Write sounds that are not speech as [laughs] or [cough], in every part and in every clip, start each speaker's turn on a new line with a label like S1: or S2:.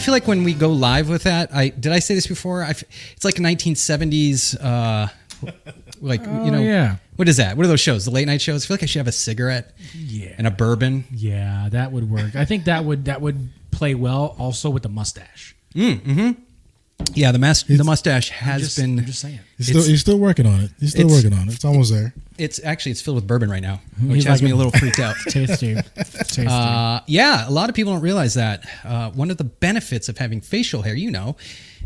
S1: feel like when we go live with that, I did I say this before? I f it's like 1970s, uh, like you know,
S2: Oh, yeah.
S1: What is that? What are those shows? The late night shows. I feel like I should have a cigarette
S2: Yeah.
S1: and a bourbon.
S2: Yeah, that would work. I think that would that would play well also with the mustache.
S1: Yeah, the mas- the mustache has
S2: Just-
S1: been.
S2: I'm just saying.
S3: He's still,
S1: It's-
S3: he's still working on it. He's still
S1: it's-
S3: working on it. It's almost there.
S1: It's actually it's filled with bourbon right now, which
S2: Mm-hmm. He's
S1: has
S2: like
S1: me
S2: a-
S1: a
S2: [laughs]
S1: little freaked out. [laughs]
S2: Tasty. Tasty.
S1: Uh, yeah, a lot of people don't realize that uh, one of the benefits of having facial hair, you know,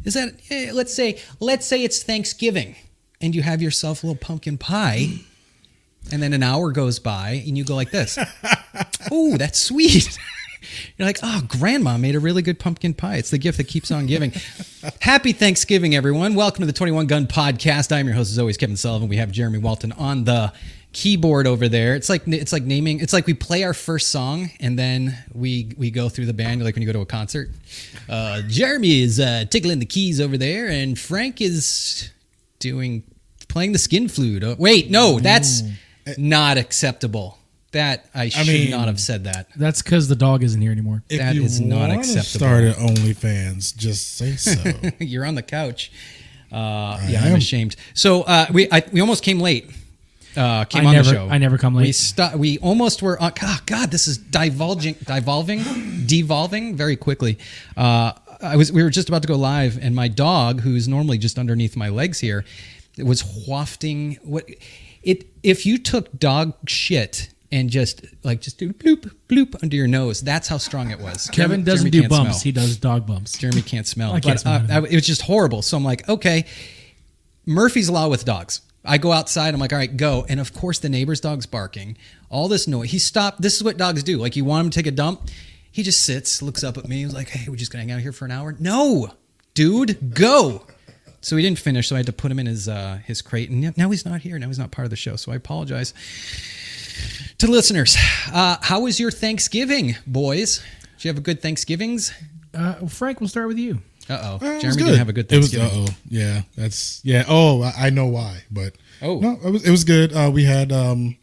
S1: is that eh, let's say let's say it's Thanksgiving and you have yourself a little pumpkin pie, and then an hour goes by and you go like this, "Ooh, that's sweet." [laughs] You're like, "Oh, Grandma made a really good pumpkin pie. It's the gift that keeps on giving." Happy Thanksgiving, everyone! Welcome to the Twenty One Gun Podcast. I'm your host, as always, Kevin Sullivan. We have Jeremy Walton on the keyboard over there. It's like it's like naming. It's like we play our first song and then we we go through the band like when you go to a concert. Uh, Jeremy is uh, tickling the keys over there, and Frank is doing playing the skin flute. Uh, wait, no, that's not acceptable. That I should
S3: mean-
S1: not have said that.
S2: That's because the dog isn't here anymore.
S3: If
S1: That
S3: you
S1: is not
S3: wanna
S1: acceptable.
S3: Start at OnlyFans. Just say [laughs] so.
S1: [laughs] You're on the couch. Uh, yeah, I'm
S3: am.
S1: ashamed. So uh, we I, we almost came late. Uh, came
S2: I
S1: on
S2: never-
S1: the show.
S2: I never come
S1: We
S2: late.
S1: sto- We almost were. On, oh, God, this is divulging, devolving, devolving very quickly. Uh, I was. We were just about to go live, and my dog, who's normally just underneath my legs here, was wafting. What it? If you took dog shit and just like just do bloop bloop under your nose, that's how strong it was. Jeremy-
S2: Kevin doesn't
S1: Jeremy
S2: do
S1: can't
S2: bumps.
S1: smell.
S2: He does dog bumps.
S1: Jeremy can't smell.
S2: I can't
S1: but, uh,
S2: smell.
S1: I- it was just horrible. So I'm like, okay, Murphy's Law with dogs. I go outside. I'm like, all right, go. And of course, the neighbor's dog's barking. All this noise. He stopped. This is what dogs do. Like, you want him to take a dump. He just sits, looks up at me. He's like, hey, we're just going to hang out here for an hour. No, dude, go. So he didn't finish. So I had to put him in his uh, his crate. And now he's not here. Now he's not part of the show. So I apologize to listeners. Uh, how was your Thanksgiving, boys? Did you have a good Thanksgivings?
S2: Uh, Frank, we'll start with you.
S1: Uh oh.
S3: Uh, it was
S1: Jeremy didn't have a good Thanksgiving.
S3: It was, uh-oh. Yeah, that's yeah. Oh, I, I know why, but
S1: Oh.
S3: no, it was it was good. Uh, we had um,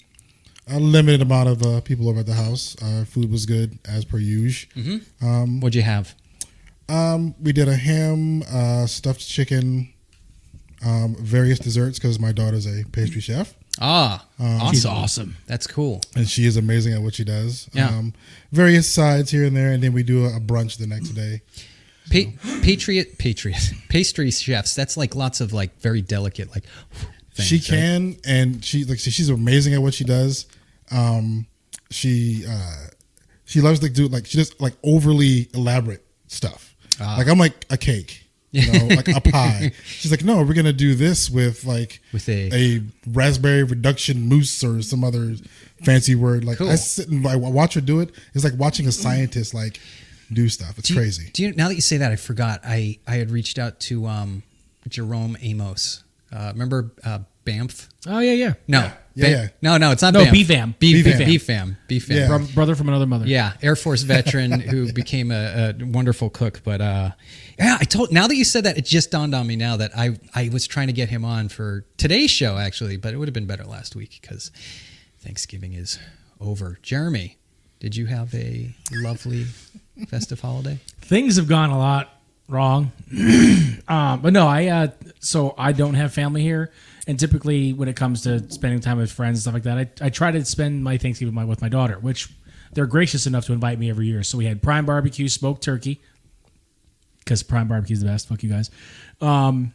S3: a limited amount of uh, people over at the house. Our food was good as per usual.
S1: Mm-hmm. What'd you have?
S3: Um, we did a ham, uh, stuffed chicken, um, various desserts because my daughter's a pastry chef
S1: Ah,
S3: Uh,
S1: awesome.
S2: she's awesome.
S1: That's cool.
S3: and she is amazing at what she does.
S1: Yeah.
S3: Um, various sides here and there, and then we do a, a brunch the next day.
S1: Pa- Patriot, Patriot, [laughs] pastry chefs. That's like lots of like very delicate, like. Things,
S3: she
S1: right?
S3: can and she like she's amazing at what she does um she uh she loves to do like she does like overly elaborate stuff
S1: Ah.
S3: like i'm like a cake
S1: [laughs]
S3: you know like a pie she's like no we're gonna do this with like
S1: With a-
S3: raspberry reduction mousse or some other fancy word like i
S1: Cool.
S3: sit and I watch her do it it's like watching a scientist like do stuff it's
S1: Do you-
S3: crazy
S1: Do you now that you say that? I forgot. I I had reached out to um, Jerome Amos. Uh, remember uh, Banff?
S2: Oh yeah, yeah.
S1: No.
S3: Yeah, yeah.
S1: No, no, it's not
S2: No,
S1: Banff.
S2: BFAM.
S1: BFAM.
S2: BFAM.
S1: BFAM. BFAM.
S3: Yeah.
S2: Bro- brother from another mother.
S1: Yeah, Air Force
S3: [laughs]
S1: veteran who became a, a wonderful cook. But uh, yeah, I told. Now that you said that, it just dawned on me now that I I was trying to get him on for today's show actually, but it would have been better last week because Thanksgiving is over. Jeremy, did you have a lovely festive holiday?
S2: Things have gone a lot wrong. [clears throat] um, but no, I uh, so I don't have family here, and typically when it comes to spending time with friends and stuff like that, I, I try to spend my Thanksgiving with my, with my daughter, which they're gracious enough to invite me every year. So we had prime barbecue, smoked turkey, because prime barbecue's the best. Fuck you guys. Um,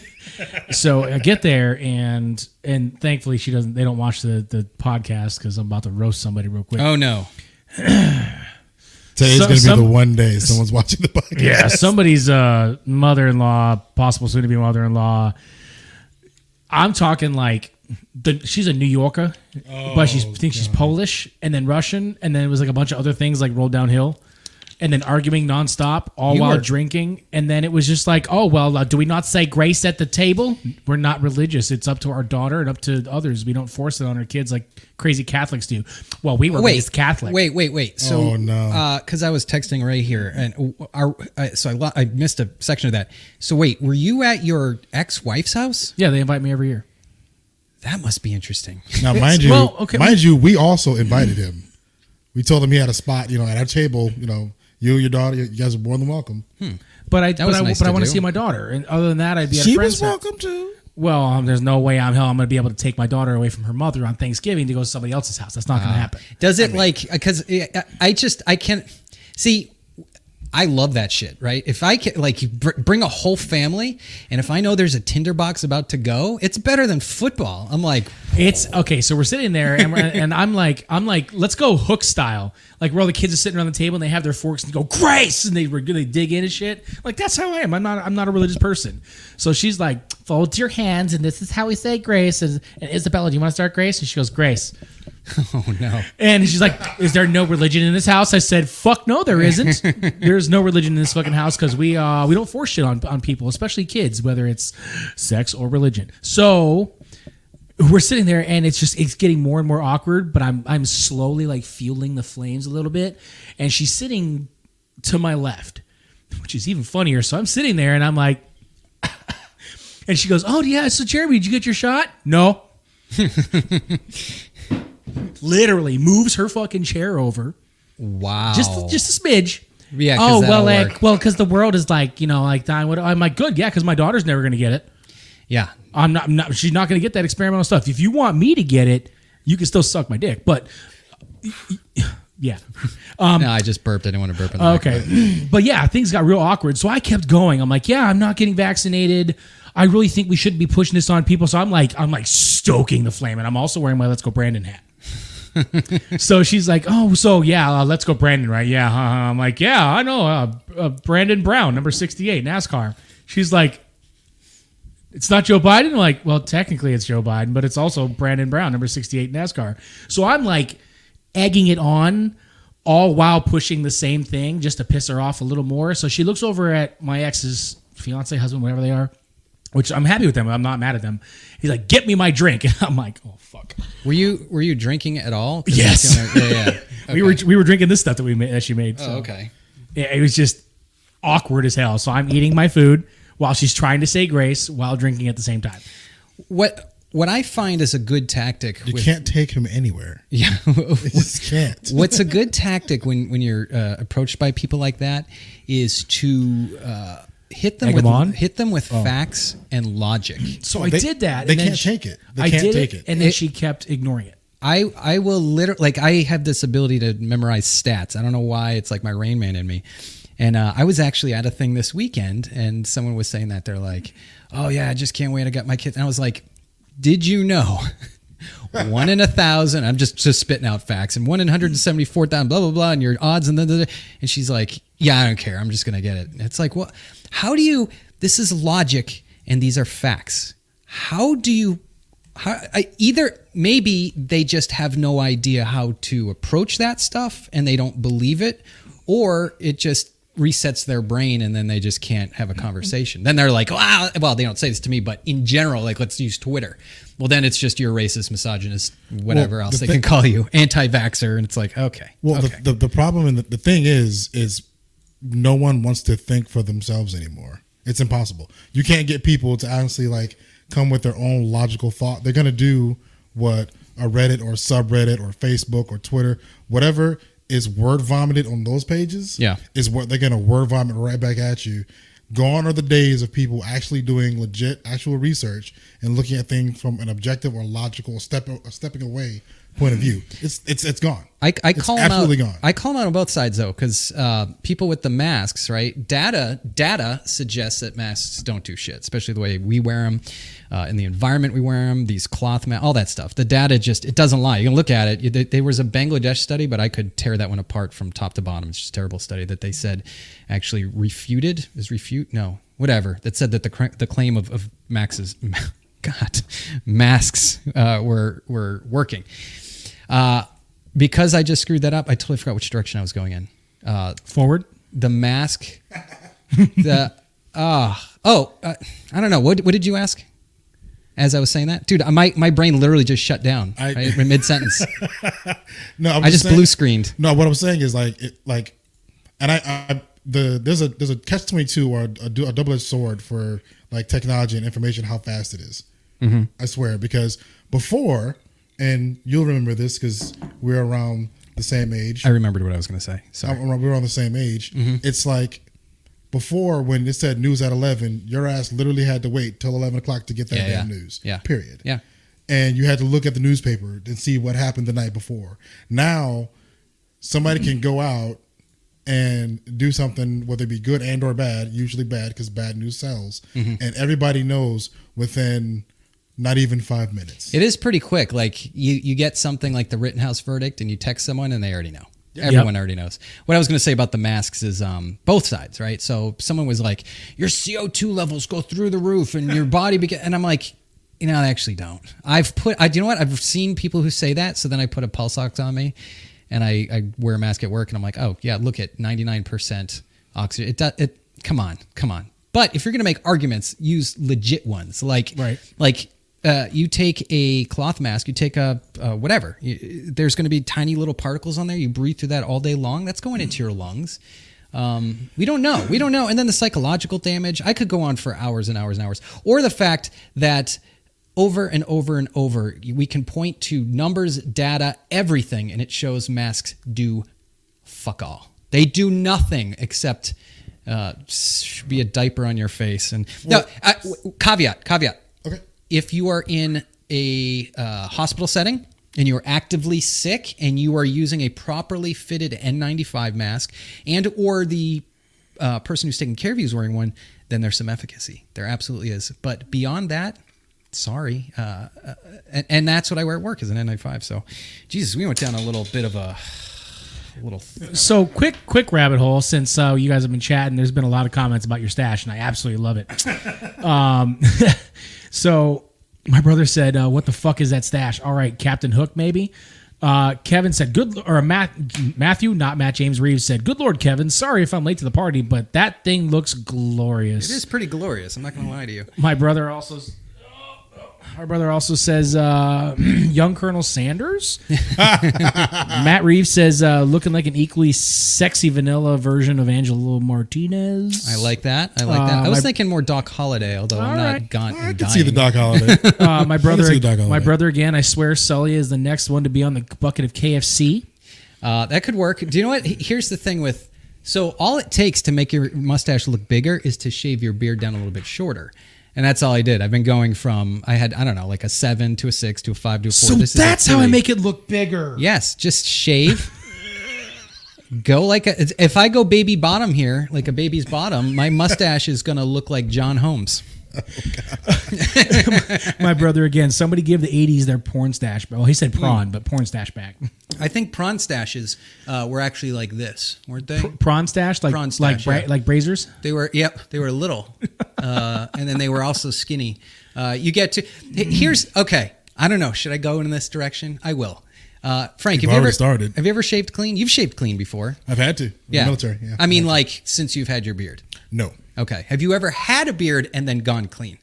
S2: [laughs] so I get there and and thankfully she doesn't. They don't watch the the podcast because I'm about to roast somebody real quick.
S1: Oh no,
S3: today's
S2: So-
S3: gonna be
S2: some-
S3: the one day someone's watching the podcast
S2: Yeah, somebody's uh, mother-in-law, possible soon-to-be mother-in-law. I'm talking like the, she's a New Yorker, but she thinks she's Polish and then Russian, and then it was like a bunch of other things like rolled downhill, and then arguing nonstop, all
S1: You
S2: while
S1: are-
S2: drinking, and then it was just like, oh well, uh, do we not say grace at the table? We're not religious. It's up to our daughter and up to others. We don't force it on our kids like crazy Catholics do. Well, we were raised Catholic.
S1: Wait, wait, wait. So,
S3: Oh, no.
S1: Because I was texting Ray here, and uh, our, I, so I, lo- I missed a section of that. So wait, were you at your ex-wife's house?
S2: Yeah, they invite me every year.
S1: That must be interesting.
S3: Now, mind you,
S2: well, okay.
S3: mind you, we also invited him. We told him he had a spot, you know, at our table. You know, You, your daughter, you guys are more than welcome.
S2: Hmm. But I, but
S1: was
S2: I,
S1: nice
S2: but
S1: to
S2: I want to
S1: do.
S2: see my daughter. And other than that, I'd be at a
S3: She
S2: friend's
S3: was
S2: house.
S3: welcome too.
S2: Well, um, there's no way I'm hell I'm going to be able to take my daughter away from her mother on Thanksgiving to go to somebody else's house. That's not
S1: Ah.
S2: going to happen.
S1: Does it like uh, because I just I can't see. I love that shit, right? If I can like you br- bring a whole family, and if I know there's a tinderbox about to go, it's better than football. I'm like, [laughs]
S2: It's okay. So we're sitting there, and, we're, and I'm like, I'm like, let's go hook style, like where all the kids are sitting around the table and they have their forks and go grace, and they were they dig in and shit. Like that's how I am. I'm not I'm not a religious person. So she's like, fold your hands, and this is how we say grace. And, and Isabella, do you want to start grace? And she goes grace.
S1: oh no,
S2: And she's like, "Is there no religion in this house?" I said, "Fuck no, there isn't. There's no religion in this fucking house because we uh we don't force shit on on people, especially kids, whether it's sex or religion." So we're sitting there, and it's just it's getting more and more awkward. But I'm I'm slowly like fueling the flames a little bit, and she's sitting to my left, which is even funnier. So I'm sitting there, and I'm like, [laughs] and she goes, "Oh yeah, so Jeremy, did you get your shot?" No, literally moves her fucking chair over.
S1: wow,
S2: just just a smidge.
S1: Oh. Yeah, 'cause
S2: Oh well,
S1: that'll
S2: like,
S1: work.
S2: well, because the world is like you know like dying. What I'm like, good, yeah, because my daughter's never gonna get it.
S1: yeah,
S2: I'm not, I'm not. She's not gonna get that experimental stuff. If you want me to get it, you can still suck my dick. But yeah,
S1: no, I just burped. I didn't want to burp. In the microphone.
S2: Oh, Okay. but yeah, things got real awkward. So I kept going. I'm like, yeah, I'm not getting vaccinated. I really think we shouldn't be pushing this on people. So I'm like, I'm like stoking the flame. And I'm also wearing my Let's Go Brandon hat. so she's like, oh, so yeah, uh, Let's Go Brandon, right? Yeah. huh, huh. I'm like, yeah, I know. Uh, uh, Brandon Brown, number 68, NASCAR. She's like, it's not Joe Biden? I'm like, well, technically it's Joe Biden, but it's also Brandon Brown, number 68 NASCAR. So I'm like egging it on all while pushing the same thing just to piss her off a little more. So she looks over at my ex's fiance, husband, whatever they are, which I'm happy with them. I'm not mad at them. He's like, get me my drink. [laughs] And I'm like, oh, fuck.
S1: Were you were you drinking at all? 'Cause
S2: Yes.
S1: that's the only-
S2: [laughs]
S1: yeah, yeah.
S2: We, were, we were drinking this stuff that we made, that she made.
S1: Oh, okay.
S2: Yeah, it was just awkward as hell. So I'm eating my food while she's trying to say grace while drinking at the same time.
S1: What what I find is a good tactic.
S3: You
S1: with,
S3: can't take him anywhere.
S1: [laughs]
S3: You
S2: [laughs]
S1: yeah.
S3: [laughs] just can't.
S1: What's a good tactic when when you're uh, approached by people like that is to uh, hit them
S2: Egg
S1: with
S2: 'em on? Oh.
S1: hit them with facts and logic.
S2: So
S3: Oh,
S2: I
S3: they-
S2: did that.
S3: they
S2: and then
S3: can't
S2: she-
S3: take it. They
S2: I
S3: can't
S2: did
S3: take
S2: it,
S3: it.
S2: and then she kept ignoring it.
S1: I I will literally like I have this ability to memorize stats. I don't know why it's like my Rain Man in me. And uh, I was actually at a thing this weekend, and someone was saying that they're like, "Oh yeah, I just can't wait to get my kids." And I was like, "Did you know?" [laughs] one in a thousand. I'm just just spitting out facts. And one in hundred and seventy four thousand. Blah blah blah. And your odds and then and she's like, "Yeah, I don't care. I'm just gonna get it." And it's like, what? How do you? This is logic, and these are facts. How do you how, I, either maybe they just have no idea how to approach that stuff and they don't believe it, or it just resets their brain and then they just can't have a conversation. Then they're like, wow, well, they don't say this to me, but in general, like let's use Twitter. Well, then it's just you're racist, misogynist, whatever
S3: Well,
S1: else
S3: the
S1: they can
S3: thing-
S1: call you, anti vaxxer. And it's like, okay.
S3: Well,
S1: okay.
S3: the, the the problem and the, the thing is is no one wants to think for themselves anymore. It's impossible. You can't get people to honestly like come with their own logical thought. They're gonna do what a Reddit or subreddit or Facebook or Twitter, whatever is word vomited on those pages.
S1: Yeah.
S3: is what they're gonna word vomit right back at you. Gone are the days of people actually doing legit actual research and looking at things from an objective or logical step stepping away point of view. It's it's it's gone.
S1: I, I
S3: It's
S1: call 'em
S3: absolutely
S1: out.
S3: gone.
S1: I call 'em out on both sides though, because uh, people with the masks, right? Data data suggests that masks don't do shit, especially the way we wear them, uh, in the environment we wear them, these cloth masks, all that stuff. The data just it doesn't lie. You can look at it. You- there- There was a Bangladesh study, but I could tear that one apart from top to bottom. It's just a terrible study that they said actually refuted is refute no whatever that said that the cr- the claim of, of Max's [laughs] God masks uh, were were working. Uh, because I just screwed that up, I totally forgot which direction I was going in. Uh,
S2: Forward.
S1: the [laughs] mask. the uh, oh, uh, I don't know. What what did you ask? As I was saying that, dude, my, my brain literally just shut down [laughs]
S3: I-
S1: right, in mid sentence.
S3: No, I'm
S1: I just
S3: saying-
S1: blue screened.
S3: No, what I'm saying is like it, like, and I, I the there's a there's a catch twenty two or a, du- a double edged sword for like technology and information how fast it is.
S1: Mm-hmm.
S3: I swear because before and you'll remember this because we're around the the same age.
S1: I Mm-hmm. remembered what I was going to say.
S3: I-
S1: Sorry.
S3: we were on the same age. It's like before when it said news at eleven, your ass literally had to wait till eleven o'clock to get that
S1: Yeah,
S3: damn
S1: yeah.
S3: news.
S1: Yeah.
S3: Period.
S1: Yeah.
S3: And you had to look at the newspaper and see what happened the night before. Now, somebody can go out and do something, whether it be good and or bad. Usually bad because bad news sells,
S1: Mm-hmm.
S3: and everybody knows within not even five minutes.
S1: It is pretty quick. Like you, you get something like the Rittenhouse verdict, and you text someone, and they already know. Everyone already knows. What I was going to say about the masks is um, both sides, right? So someone was like, "Your CO two levels go through the roof, and your body," beca-, and I'm like, "You know, I actually don't." I've put, I, do you know what? I've seen people who say that. So then I put a pulse ox on me, and I, I wear a mask at work, and I'm like, "Oh yeah, look at 99 percent oxygen." It does. It come on, come on. But if you're going to make arguments, use legit ones. Like
S3: Right.
S1: like uh, you take a cloth mask, you take a uh, whatever. You, there's going to be tiny little particles on there. You breathe through that all day long. That's going into your lungs. Um, we don't know. We don't know. And then the psychological damage. I could go on for hours and hours and hours. Or the fact that over and over and over, we can point to numbers, data, everything, and it shows masks do fuck all. They do nothing except uh, sh- be a diaper on your face. And no, I, w- caveat, caveat.
S3: Okay.
S1: If you are in a uh, hospital setting and you are actively sick and you are using a properly fitted N95 mask, and or the uh, person who's taking care of you is wearing one, then there's some efficacy. There absolutely is. But beyond that. Sorry, uh, uh, and, and that's what I wear at work is an N95. So, Jesus, we went down a little bit of a, a little
S2: So quick, quick rabbit hole. Since uh, you guys have been chatting, there's been a lot of comments about your stash, and I absolutely love it. um,
S3: [laughs]
S2: [laughs] so my brother said, uh, "What the fuck is that stash?" All right, Captain Hook, maybe. Uh, Kevin said, "Good l- or Matt, Matthew, not Matt James Reeves said, "Good Lord, Kevin, sorry if I'm late to the party, but that thing looks glorious."
S1: It is pretty glorious. I'm not going to lie to you.
S2: My brother also. Our brother also says, uh, [clears throat] "Young
S1: [laughs]
S2: Colonel Sanders." Matt Reeves says, uh, "Looking like an equally sexy vanilla version of Angelo Martinez."
S1: I like that. I like that. I
S2: Uh,
S1: was
S2: my-
S1: thinking more Doc Holliday, although I'm
S2: All
S1: not
S2: right.
S1: gaunt
S3: I
S1: and
S3: can see the
S1: dying.
S3: Doc Holiday.
S1: [laughs]
S2: uh, my brother.
S3: see the dog all the
S2: my
S3: way.
S2: brother again. I swear, Sully is the next one to be on the bucket of KFC.
S1: Uh, that could work. Do you know what? He- Here's the thing with so all it takes to make your mustache look bigger is to shave your beard down a little bit shorter. And that's all I did. I've been going from I had I don't know like a seven to a six to a five to a four.
S2: So
S1: This is a
S2: that's how I
S1: three.
S2: make it look bigger.
S1: Yes, just shave. [laughs] go like a, if I go baby bottom here, like a baby's bottom, my mustache is gonna look like John Holmes.
S2: My brother again. Somebody give the '80s their porn stash. Well, he
S1: Hmm.
S2: said prawn, but porn stash back.
S1: I think prawn stashes uh, were actually like this, weren't they?
S2: Prawn stash, like
S1: Prawn
S2: like
S1: stash,
S2: bra-
S1: yeah.
S2: like brazers.
S1: They were yep, they were
S3: [laughs]
S1: little, uh, and then they were also skinny. Uh, you get to he- here's okay. I don't know. Should I go in this direction? I will. Uh, Frank,
S3: You've
S1: have you ever
S3: already started.
S1: Have you ever shaved clean? You've shaved clean before.
S3: I've had to. Yeah. Military. Yeah.
S1: I mean, like since you've had your beard.
S3: no.
S1: Okay. Have you ever had a beard and then gone clean?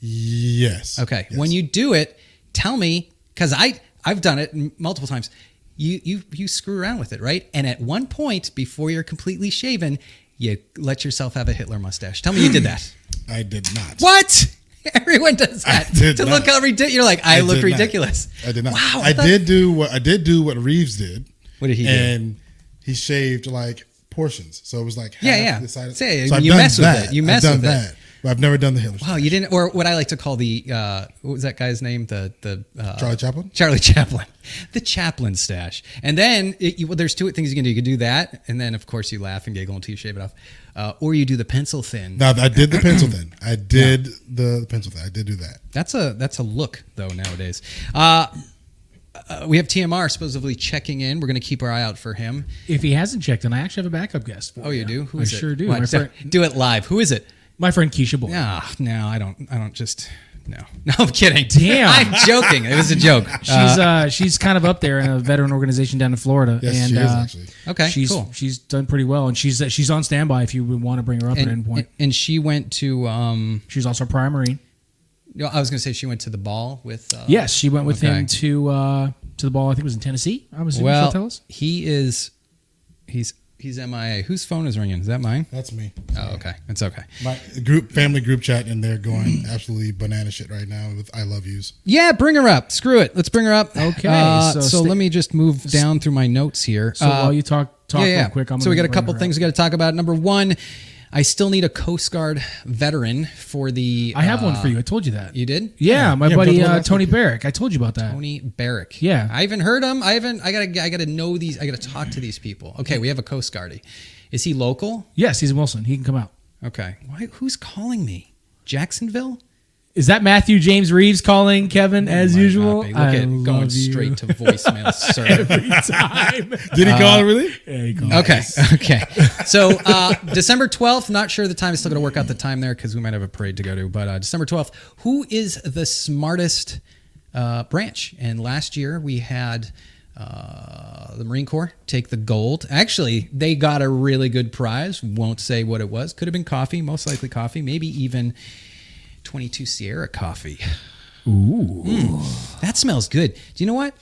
S3: Yes.
S1: Okay.
S3: Yes.
S1: When you do it, tell me because I I've done it m- multiple times. You you you screw around with it, right? And at one point, before you're completely shaven, you let yourself have a Hitler mustache. Tell me you did
S3: [clears throat]
S1: that.
S3: I did not.
S1: What? [laughs] Everyone does that
S3: I did
S1: to
S3: not.
S1: look how ridiculous. You're like, I, look
S3: did not.
S1: ridiculous.
S3: I did not.
S1: Wow.
S3: I
S1: thought-
S3: did do what I did do what Reeves did.
S1: What did he do?
S3: And he shaved like portions, so it was like half
S1: Yeah, yeah.
S3: The side of,
S1: Say,
S3: so I've
S1: you
S3: done
S1: mess with
S3: that.
S1: it. You
S3: I've
S1: mess
S3: done
S1: with it.
S3: that, but I've never done the Hitler.
S1: Wow, you didn't, or what I like to call the uh, what was that guy's name? The the uh,
S3: Charlie Chaplin?
S1: Charlie [laughs] Chaplin, the Chaplin stash. And then it, you, well, there's two things you can do. You can do that, and then of course you laugh and giggle until you shave it off, uh, or you do the pencil thin.
S3: Now
S1: [clears throat]
S3: I did the pencil thin. I did the pencil thin. I did do that.
S1: That's a that's a look though nowadays. Uh, uh, we have TMR supposedly checking in. We're going to keep our eye out for him.
S2: If he hasn't checked, then I actually have a backup guest. for
S1: Oh, you do? Who
S2: I
S1: is it?
S2: sure do.
S1: Why, [laughs]
S2: My
S1: do,
S2: friend,
S1: do it live. Who is it?
S2: my friend Keisha Boyd.
S1: Ah, no, I don't. I don't just. No, [laughs] no, I'm kidding.
S2: Damn.
S1: I'm joking. It was a
S2: [laughs]
S1: joke.
S2: She's uh, she's kind of up there in a veteran organization down in Florida.
S3: Yes,
S2: and,
S3: she is,
S2: uh,
S3: actually.
S1: Okay,
S2: she's
S1: cool.
S2: she's done pretty well, and she's she's on standby if you would want to bring her up at any
S1: and,
S2: point.
S1: and, and she went to. Um,
S2: she's also a prior Marine.
S1: no, I was going to say she went to the ball with. Uh,
S2: Yes, she went with
S1: okay.
S2: him to uh, to the ball. I think it was in Tennessee. I'm assuming she'll tell
S1: Well,
S2: us.
S1: he is. He's he's MIA. Whose phone is ringing? Is that mine?
S3: That's me.
S1: Oh, okay. It's okay.
S3: My group, family group chat, and they're
S1: Mm.
S3: going absolutely banana shit right now with "I love yous."
S1: Yeah, bring her up. Screw it. Let's bring her up.
S2: Okay,
S1: Uh, so
S2: so sta-
S1: let me just move down through my notes here.
S2: So
S1: Uh,
S2: while you talk, talk
S1: yeah, yeah.
S2: real quick. I'm
S1: so we got
S2: gonna
S1: a couple
S2: bring her
S1: things
S2: up.
S1: we got to talk about. Number one, I still need a Coast Guard veteran for the.
S2: I have one
S1: uh,
S2: for you. I told you that.
S1: You did?
S2: yeah, my
S3: Yeah, we
S2: buddy
S3: talked about
S2: uh,
S3: last
S2: Tony
S3: week.
S2: Barrick. I told you about that.
S1: Tony Barrick.
S2: Yeah.
S1: I haven't heard him. I haven't. I gotta. I gotta know these. I gotta talk to these people. Okay, we have a Coast Guardie. Is he local?
S2: Yes, he's in Wilson. He can come out.
S1: Okay. Why? Who's calling me? Jacksonville?
S2: Is that Matthew James Reeves calling Kevin as
S1: Might not
S2: usual?
S1: be. Look
S2: I
S1: at it, going
S2: love you.
S1: straight to voicemail,
S2: [laughs]
S1: sir.
S2: every time.
S3: Did he call really?
S2: Uh, Yeah, he called.
S1: Okay. [laughs] Okay. So uh, December twelfth. Not sure the time. Still going to work out the time there because we might have a parade to go to. But uh, December twelfth. Who is the smartest uh, branch? And last year we had uh, the Marine Corps take the gold. Actually, they got a really good prize. Won't say what it was. Could have been coffee. Most likely coffee. Maybe even twenty-two Sierra coffee. Hmm, That smells good. Do you know what?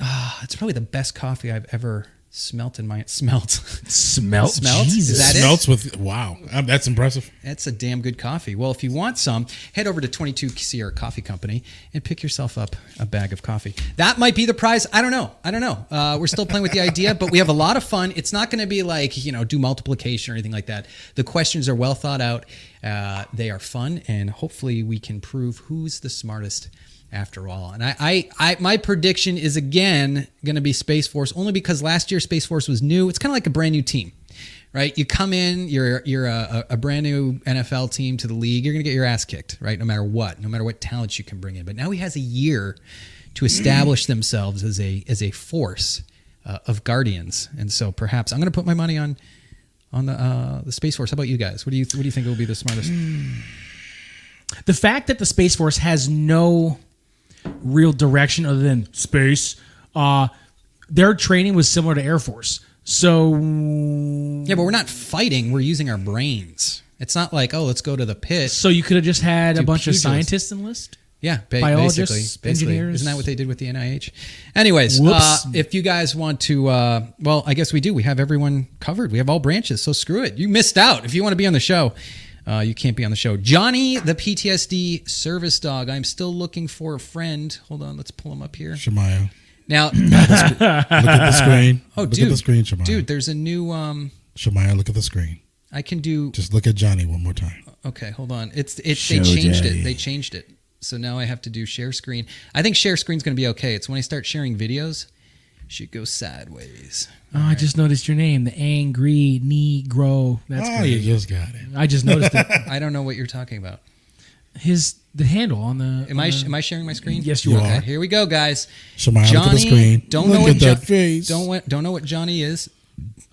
S1: Ah, it's probably the best coffee I've ever smelt in my smelt. [laughs]
S2: Smelt.
S1: Smelt? Is that it?
S3: Smelts with wow, um, that's impressive.
S1: That's a damn good coffee. Well, if you want some, head over to 22 Sierra Coffee Company and pick yourself up a bag of coffee. That might be the prize. I don't know. I don't know. Uh, we're still playing with the idea, but we have a lot of fun. It's not going to be like, you know, do multiplication or anything like that. The questions are well thought out, uh, they are fun, and hopefully we can prove who's the smartest after all. And I, I, I my prediction is again going to be Space Force only because last year Space Force was new. It's kind of like a brand new team, right? You come in, you're you're a, a a brand new NFL team to the league. You're going to get your ass kicked, right? No matter what, no matter what talent you can bring in. But now he has a year to establish themselves as a as a force uh, of guardians. And so perhaps I'm going to put my money on. On the uh, the space force, how about you guys? What do you what do you think will be the smartest?
S2: The fact that the Space Force has no real direction other than space, uh, their training was similar to Air Force. So
S1: Yeah, but we're not fighting. We're using our brains. It's not like oh, let's go to the pit.
S2: so you could have just had a
S1: Dude,
S2: bunch
S1: pugilists.
S2: of scientists enlist.
S1: Yeah, ba-
S2: Biologists,
S1: basically, basically.
S2: engineers.
S1: Isn't that what they did with the NIH? Anyways,
S2: Whoops.
S1: uh, if you guys want to, uh, well, I guess we do. We have everyone covered. We have all branches. So screw it. You missed out. If you want to be on the show, uh, you can't be on the show. Johnny, the PTSD service dog. I'm still looking for a friend. Hold on, let's pull him up here.
S3: Shemaya,
S1: Now,
S3: [laughs] look at the screen.
S1: [laughs] oh,
S3: look
S1: dude,
S3: at the screen, Shemaya.
S1: dude, there's a new. Um,
S3: Shemaya, look at the screen.
S1: I can do.
S3: Just look at Johnny one more time.
S1: Okay, hold on. It's it. They
S2: Show
S1: changed it.
S2: daddy.
S1: They changed it. So now I have to do share screen. I think share screen's going to be okay. It's when I start sharing videos, should go sideways.
S2: Oh, I just noticed your name, the Angry Negro. That's
S3: oh,
S2: great.
S3: you just got it.
S2: I just noticed [laughs] it.
S1: I don't know what you're talking about.
S2: His the handle on the.
S1: Am
S2: on
S1: I
S2: the-
S1: am I sharing my screen?
S2: Yes, you
S3: Uh, You
S2: are.
S1: Okay,
S3: are.
S1: here we go, guys.
S3: Shemaya, look at the
S1: Johnny,
S3: screen.
S1: don't
S3: look
S1: know
S3: at
S1: what
S3: that
S1: Jo-
S3: face.
S1: don't wa- don't know what Johnny is.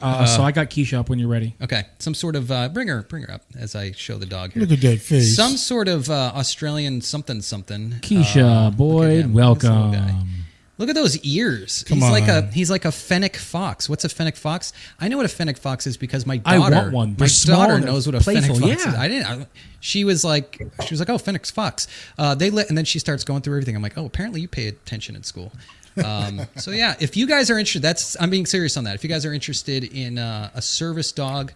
S2: Uh, so I got Keisha up when you're ready.
S1: Okay, some sort of uh, bring her bring her up as I show the dog here.
S3: look at that face.
S1: Some sort of uh, Australian something something. Uh,
S2: Keisha Boyd,
S1: Ah, him. He's a little guy.
S2: welcome.
S1: Look at those ears.
S3: Come
S1: he's like a
S3: on.
S1: he's like a fennec fox. What's a fennec fox? I know what a fennec fox is because my
S2: I
S1: daughter
S2: want one.
S1: my
S2: They're small
S1: daughter
S2: and
S1: knows what a
S2: playful,
S1: fennec fox
S2: yeah.
S1: is. I didn't I, she was like she was like, "Oh, fennec fox." Uh, they let and then she starts going through everything. I'm like, "Oh, apparently you pay attention in school."
S2: [laughs]
S1: Um, so yeah, if you guys are interested, that's I'm being serious on that. If you guys are interested in uh, a service dog,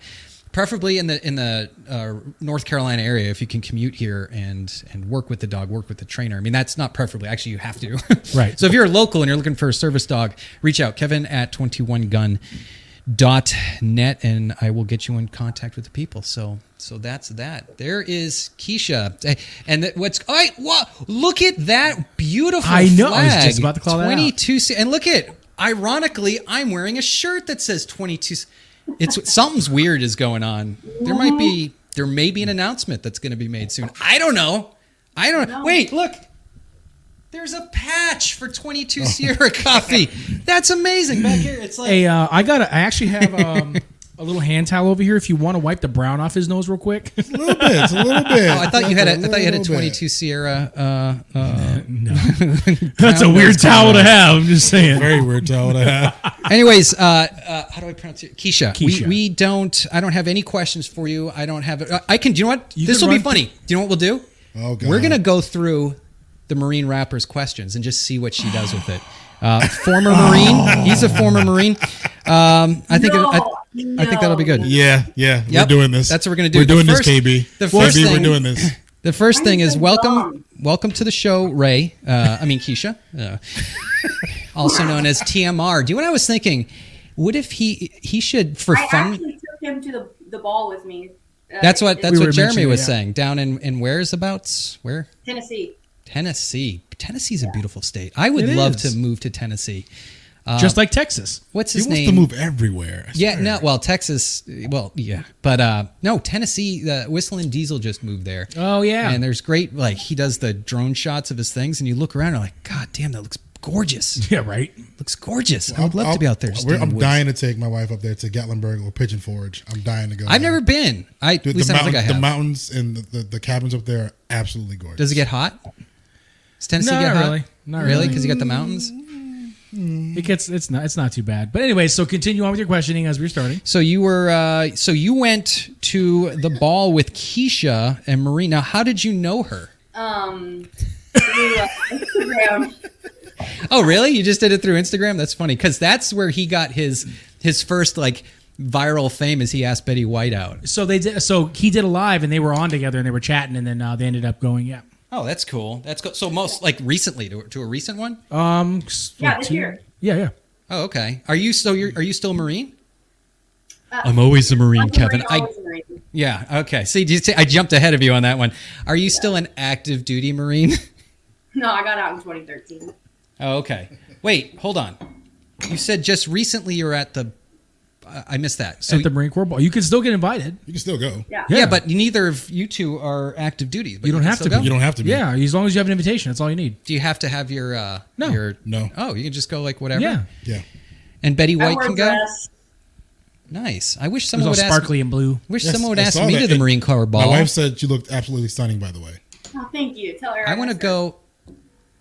S1: preferably in the in the uh, North Carolina area, if you can commute here and and work with the dog, work with the trainer. I mean, that's not preferably. Actually, you have to.
S2: Right.
S1: [laughs] So if you're a local and you're looking for a service dog, reach out Kevin at 21gun.net and I will get you in contact with the people. So so that's that. There is Keisha. And that what's all right, what look at that beautiful
S2: I know, I was
S1: flag.
S2: just about to call that out.
S1: 22 se- and look at ironically I'm wearing a shirt that says 22 se- it's something's weird is going on. There might be there may be an announcement that's going to be made soon. I don't know. I don't know. Wait, look. There's a patch for
S2: [laughs]
S1: 22 Sierra coffee. That's amazing. Back here, it's like
S2: Oh. Hey, uh, I got. A, I actually [laughs] have um, a little hand towel over here. If you want to wipe the brown off his nose real quick.
S3: a little bit. It's a little
S1: [laughs]
S3: bit.
S1: oh, I thought you had a, I thought you had a
S3: Little bit.
S1: 22 Sierra. Uh, uh,
S2: [laughs] That's a weird towel to have. I'm just saying.
S3: Very
S1: [laughs]
S3: weird towel to have.
S1: anyways, uh, uh, how do I pronounce it? Keisha. We,
S2: Keisha.
S1: we don't. I don't have any questions for you. I don't have. uh, I can. Do you know what?
S2: You
S1: this
S2: can
S1: will be
S2: run
S1: funny. do you know what we'll do?
S3: Oh, God.
S1: We're gonna go through the Marine rapper's questions and just see what she
S2: [laughs]
S1: does with it. Uh, former Marine. He's a former Marine. Um, I think.
S4: no,
S1: I, I think that'll be good.
S3: Yeah, yeah,
S1: Yep.
S3: we're doing this.
S1: That's what we're gonna do.
S3: We're
S1: The
S3: doing
S1: first-
S3: this, KB.
S1: the first
S3: KB,
S1: thing-
S3: we're doing this.
S1: The first
S4: I'm
S1: thing is
S4: so
S1: welcome,
S4: wrong.
S1: welcome to the show, Ray. Uh, I mean Keisha, uh, also known as TMR. Do you know what I was thinking? What if he he should for
S4: I
S1: fun?
S4: actually took him to the, the ball with me. Uh,
S1: that's what
S4: in
S1: that's
S2: We were
S1: what Jeremy
S2: mentioning,
S1: was
S2: yeah.
S1: saying down in in where's abouts where
S4: Tennessee.
S1: Tennessee. Tennessee's a beautiful state. I would
S2: It
S1: love
S2: is.
S1: to move to Tennessee.
S2: [laughs] just like Texas.
S1: What's
S3: He
S1: his
S3: wants
S1: name?
S3: to move everywhere. I
S1: Yeah,
S3: swear.
S1: no, well, Texas, well, yeah, but uh, no, Tennessee, uh, Whistling Diesel just moved there.
S2: Oh, yeah.
S1: and there's great, like he does the drone shots of his things, and you look around, and you're like, God damn, that looks
S3: [laughs]
S1: gorgeous.
S2: [laughs] Yeah, right.
S1: looks gorgeous. [clears throat] I
S3: I'll-
S1: would love
S3: I'll-
S1: to be out there. Just
S3: we're-
S1: in the
S3: I'm
S1: woods.
S3: dying to take my wife up there to Gatlinburg or Pigeon Forge. I'm dying to go.
S1: I've
S3: there.
S1: never been. I
S3: Dude,
S1: at least
S3: the,
S1: I don't think I
S3: mountain, the
S1: have.
S3: mountains and the, the, the cabins up there are absolutely gorgeous.
S1: Does it get hot? Does Tennessee
S2: Not
S1: get hot?
S2: really. Not
S1: really,
S2: really.
S1: because you got the mountains.
S2: It gets it's not it's not too bad. But anyway, so continue on with your questioning as we we're starting.
S1: So you were, uh, so you went to the ball with Keisha and Marie. Now, how did you know her?
S4: Um, through, uh, Instagram.
S1: Oh, really? You just did it through Instagram? That's funny because that's where he got his his first like viral fame. Is he asked Betty White out?
S2: So they did. So he did a live, and they were on together, and they were chatting, and then uh, they ended up going. Yeah.
S1: Oh, that's cool. That's cool. so most like recently to, to a recent one.
S2: Um. s-
S4: Yeah,
S2: what,
S4: this
S2: two-
S4: year.
S2: Yeah, yeah.
S1: Oh, okay. Are you so you're are you still a Marine?
S4: Uh,
S1: I'm always a Marine,
S4: I'm
S1: Kevin.
S4: Marine,
S1: I
S4: always Marine.
S1: yeah. Okay. See, you see, I jumped ahead of you on that one. Are you still an active duty Marine?
S4: [laughs]
S1: [laughs]
S4: No, I got out in 2013.
S1: oh, okay. Wait, hold on. You said just recently you're at the. I I missed that. So
S2: At the Marine Corps ball, you can still get invited.
S3: You can still go.
S4: Yeah.
S1: yeah.
S2: Yeah.
S1: but neither of you two are active duty. But
S2: You don't
S1: can
S2: have
S1: still
S2: to be.
S1: go?
S3: You don't have to be.
S2: Yeah, as long as you have an invitation, that's all you need.
S1: Do you have to have your uh
S2: No.
S1: your
S3: No.
S1: Oh, you can just go like whatever.
S2: Yeah.
S3: Yeah.
S1: And Betty
S4: I
S1: White
S4: wore
S1: can
S4: a
S1: go.
S4: dress.
S1: Nice. I wish
S2: It was
S1: someone
S2: all
S1: would ask
S2: sparkly and blue.
S1: wish
S3: Yes,
S1: someone would
S3: I
S1: ask
S3: saw
S1: me
S3: that.
S1: to the
S3: And
S1: Marine Corps
S3: My
S1: ball.
S3: wife said you looked absolutely stunning, by the way.
S4: Oh, thank you. Tell her.
S1: I want to
S4: said-
S1: go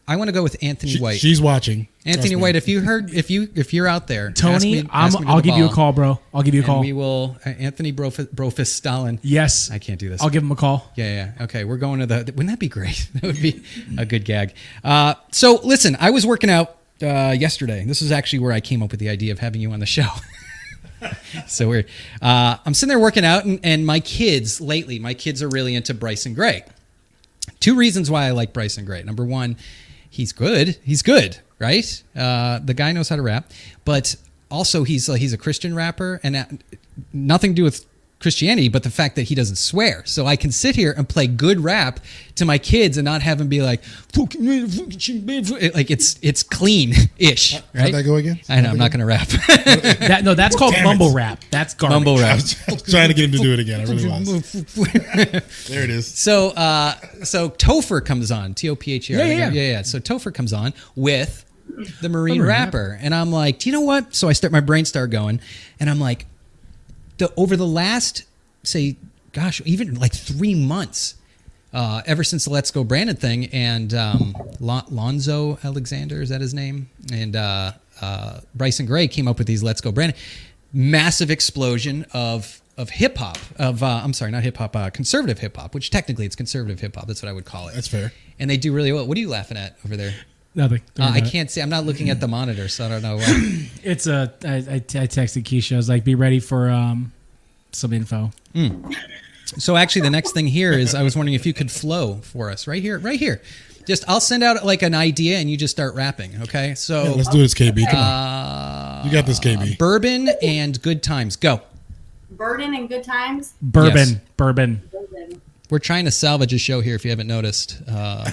S1: I want to go with Anthony
S3: She-
S1: White.
S3: She's watching. Trust
S1: Anthony
S3: me.
S1: White, if you heard if you if you're out there, ask
S2: Tony,
S1: me-
S2: I'm,
S1: ask me to
S2: I'll
S1: the
S2: give you a
S1: ball,
S2: call, bro. I'll give you a
S1: And
S2: call.
S1: we will uh, Anthony Brof- Brofist Stalin.
S2: yes,
S1: I can't do this.
S2: I'll give him a
S1: [laughs]
S2: call.
S1: Yeah, yeah. yeah. Okay, we're going to the. Wouldn't that be great? [laughs] That would
S2: [laughs]
S1: be a good gag. Uh, so listen, I was working out uh, yesterday. This is actually where I came up with the idea of having you on the show. [laughs] so weird. Uh, I'm sitting there working out, and, and my kids lately, my kids are really into Bryson Gray. Two reasons why I like Bryson Gray. Number one, he's good. He's good, right? Uh, the guy knows how to rap, but also he's uh, he's a Christian rapper, and uh, nothing to do with Christianity, but the fact that he doesn't swear. So I can sit here and play good rap to my kids and not have them be like, "Fucking man, fucking shit, man," like it's it's clean ish, right?
S3: that go again?
S1: I know I'm not going to rap. [laughs]
S2: That no, that's called
S3: Damn it.
S2: mumble rap. That's garbage.
S1: Mumble
S3: I
S1: rap.
S3: was [laughs] trying to get him to do it again. I really was. There it is.
S1: So uh, so Topher comes on, T O P H E R.
S2: Yeah, yeah,
S1: yeah,
S2: yeah.
S1: yeah. So Topher comes on with the Marine rapper, and I'm like, do you know what? So I start my brain start going, and I'm like, the over the last say, gosh, even like three months. Uh, ever since the Let's Go Brandon thing and um, Lon- Lonzo Alexander is that his name and uh, uh, Bryson Gray came up with these Let's Go Brandon massive explosion of of hip hop of uh, I'm sorry not hip hop uh, conservative hip hop which technically it's conservative hip hop that's what I would call it
S3: That's fair.
S1: and they do really well. What are you laughing at over there?
S2: Nothing. Don't
S1: Uh,
S2: worry
S1: I
S2: about it.
S1: can't see. I'm not looking at the monitor, so I don't know. Why.
S2: It's a. I, I, I texted Keisha. I was like, "Be ready for um, some info."
S1: so actually, the next thing here is I was wondering if you could flow for us right here, right here. Just I'll send out like an idea, and you just start rapping. Okay,
S3: Yeah,
S1: so
S3: let's do this, KB. Come
S1: Uh,
S3: on. You got this, KB.
S1: bourbon and good times. Go.
S4: Burden and good times.
S2: Bourbon,
S1: Yes.
S2: bourbon.
S4: Burden.
S1: We're trying to salvage a show here. If you haven't noticed, uh,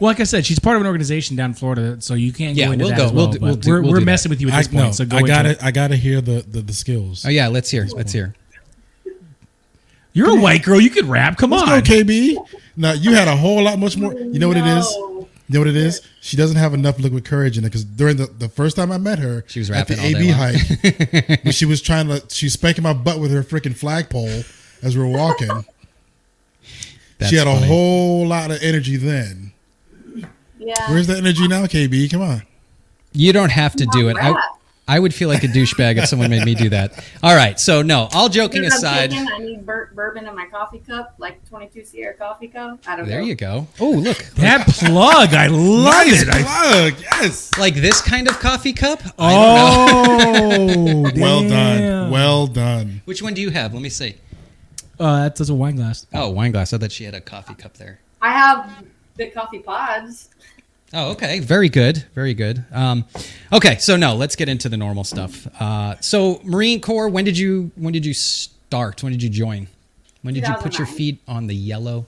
S2: Well, like I said, she's part of an organization down in Florida, so you can't
S1: Yeah,
S2: go into
S1: we'll
S2: that
S1: go.
S2: as well.
S1: We'll do-
S2: but
S1: we'll do-
S2: we're
S1: we'll
S2: we're
S1: do
S2: messing with you at
S3: I,
S2: this point,
S3: no,
S2: so go
S3: I
S2: into
S3: gotta,
S2: it.
S3: I gotta hear the, the, the skills.
S1: oh yeah, let's hear. Let's hear.
S2: You're a white girl. You could rap. Come
S3: Let's
S2: on.
S3: go, KB. Now you had a whole lot much more. You know what it is?
S4: No.
S3: You know what it is? She doesn't have enough liquid courage in it because during the, the first time I met her,
S1: She was rapping
S3: at the
S1: all day
S3: AB
S1: [laughs] long.
S3: hike when she was trying to, she was spanking my butt with her freaking flagpole as we were walking.
S1: [laughs] That's
S3: she had a
S1: funny.
S3: whole lot of energy then.
S4: Yeah.
S3: Where's that energy now, KB? Come on.
S1: You don't have to do it. I,
S4: Rap.
S1: I would feel like a douchebag if someone made me do that. All right. So no, all joking
S4: Because I'm
S1: aside,
S4: taking, I need bur- bourbon in my coffee cup, like 22 Sierra coffee cup. I don't
S1: there
S4: know.
S1: you go. Oh, look.
S2: That plug, I love
S3: Nice
S2: it. I,
S3: plug. Yes.
S1: Like this kind of coffee cup? I don't know.
S2: oh,
S3: [laughs] Well
S2: damn.
S3: done. Well done.
S1: [laughs] Which one do you have? Let me see.
S2: uh, that's, that's a wine glass.
S1: Oh, wine glass. I thought she had a coffee cup there.
S4: I have the coffee pods.
S1: Oh, okay. Very good. Very good. Um, okay, so no, let's get into the normal stuff. Uh, so Marine Corps, when did you when did you start? When did you join? When did you put your
S4: 2009.
S1: feet on the yellow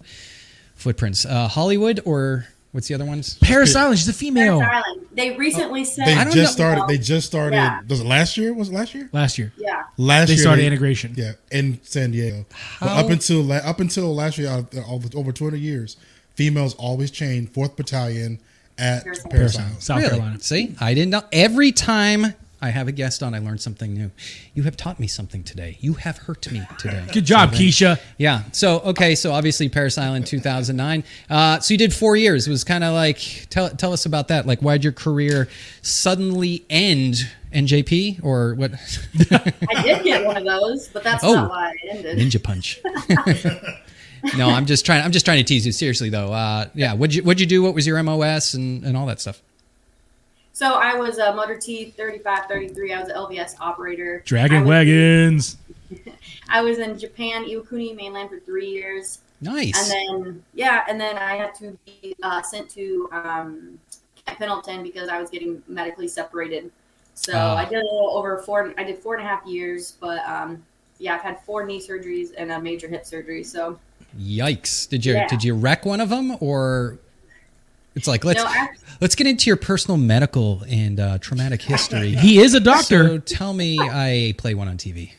S1: footprints? Uh, Hollywood or what's the other ones?
S2: Paris Island. She's a female.
S4: Paris Island. They recently sent.
S3: They
S1: I don't
S3: just
S1: know-
S3: started. They just started.
S4: Yeah.
S3: Was it last year? Was it last year?
S2: Last year,
S4: yeah.
S3: Last
S2: they
S3: year
S2: started integration.
S3: Yeah, in San Diego. But
S1: How-
S3: up until la- up until last year, out of- all the- over 200 years, females always chained Fourth Battalion at
S4: Paris
S3: Paris
S2: Island.
S3: Island.
S2: South
S1: really?
S2: Carolina.
S1: See, I didn't know. Every time I have a guest on, I learn something new. You have taught me something today. You have hurt me today.
S2: Good job, Keisha.
S1: Yeah. So okay. So obviously Paris Island 2009. Uh, so you did four years. It was kind of like tell tell us about that. Like why'd your career suddenly end? NJP or what?
S4: I did get one of those, but that's
S1: Oh.
S4: not why I
S1: [laughs]
S4: ended.
S1: Ninja Punch. [laughs] no, I'm just trying. I'm just trying to tease you. Seriously though. Uh, yeah. What'd you What'd you do? What was your MOS and and all that stuff?
S4: So I was a Motor T 3533. I was an LVS operator. I
S2: Dragon
S4: was-
S2: wagons.
S4: I was in Japan, Iwakuni, mainland for three years.
S1: Nice.
S4: And then, yeah, and then I had to be uh, sent to um, Camp Pendleton because I was getting medically separated. So
S1: Ah.
S4: I did a little over four, I did four and a half years, but um, yeah, I've had four knee surgeries and a major hip surgery. So
S1: Yikes! Did you
S4: Yeah.
S1: Did you wreck one of them or? It's like let's
S4: no, I,
S1: let's get into your personal medical and uh, traumatic
S4: [laughs]
S1: history.
S2: He is a
S1: So
S2: doctor.
S1: tell me, I play one on TV.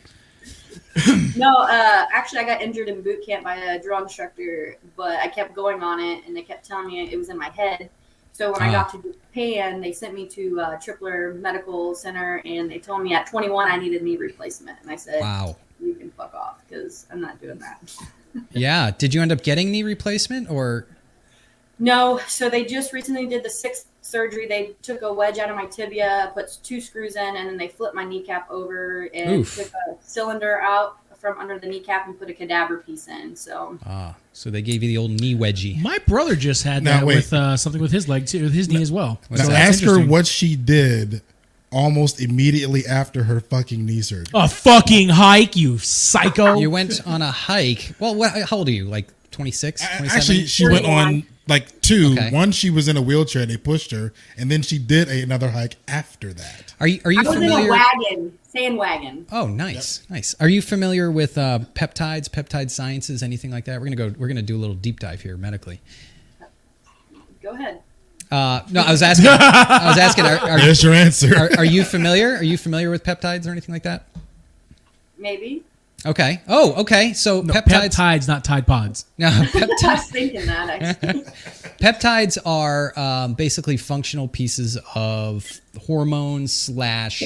S4: no, uh, actually, I got injured in boot camp by a drill instructor, but I kept going on it, and they kept telling me it was in my head. So when I
S1: Ah.
S4: got to Japan, they sent me to uh, Tripler Medical Center, and they told me at 21 I needed knee replacement, and I said,
S1: Wow.
S4: "You can fuck off because I'm not doing that."
S1: Yeah. Did you end up getting knee replacement or?
S4: No, so they just recently did the sixth surgery. They took a wedge out of my tibia, put two screws in, and then they flipped my kneecap over and
S1: Oof.
S4: took a cylinder out from under the kneecap and put a cadaver piece in. So
S1: Ah, so they gave you the old knee wedgie.
S2: My brother just had
S3: Now,
S2: that
S3: wait.
S2: with uh, something with his leg too, with his knee as well.
S1: Now
S3: Now
S1: So
S2: that's
S3: ask her
S2: interesting.
S3: what she did almost immediately after her fucking knee surgery.
S2: A fucking hike, you psycho.
S1: You went on a hike. Well, what, how old are you? Like 26,
S3: A-
S1: 27?
S3: Actually, she went on like two.
S1: Okay.
S3: One, she was in a wheelchair and they pushed her, and then she did a- another hike after that.
S1: are you, are
S4: I
S1: you
S4: was in a
S1: familiar?
S4: wagon, sand wagon.
S1: Oh, nice, nice. Are you familiar with uh, peptides, peptide sciences, anything like that? We're gonna go. We're gonna do a little deep dive here medically.
S4: Go ahead.
S1: Uh, no, I was asking. I was asking. Are, are,
S3: There's your answer.
S1: are, are you familiar? Are you familiar with peptides or anything like that?
S4: Maybe.
S1: Okay. Oh, okay. So
S2: No,
S1: peptides.
S2: peptides, not Tide Pods.
S1: [laughs] No,
S4: I
S1: peptides.
S4: was thinking that actually.
S1: Peptides are um, basically functional pieces of hormones slash.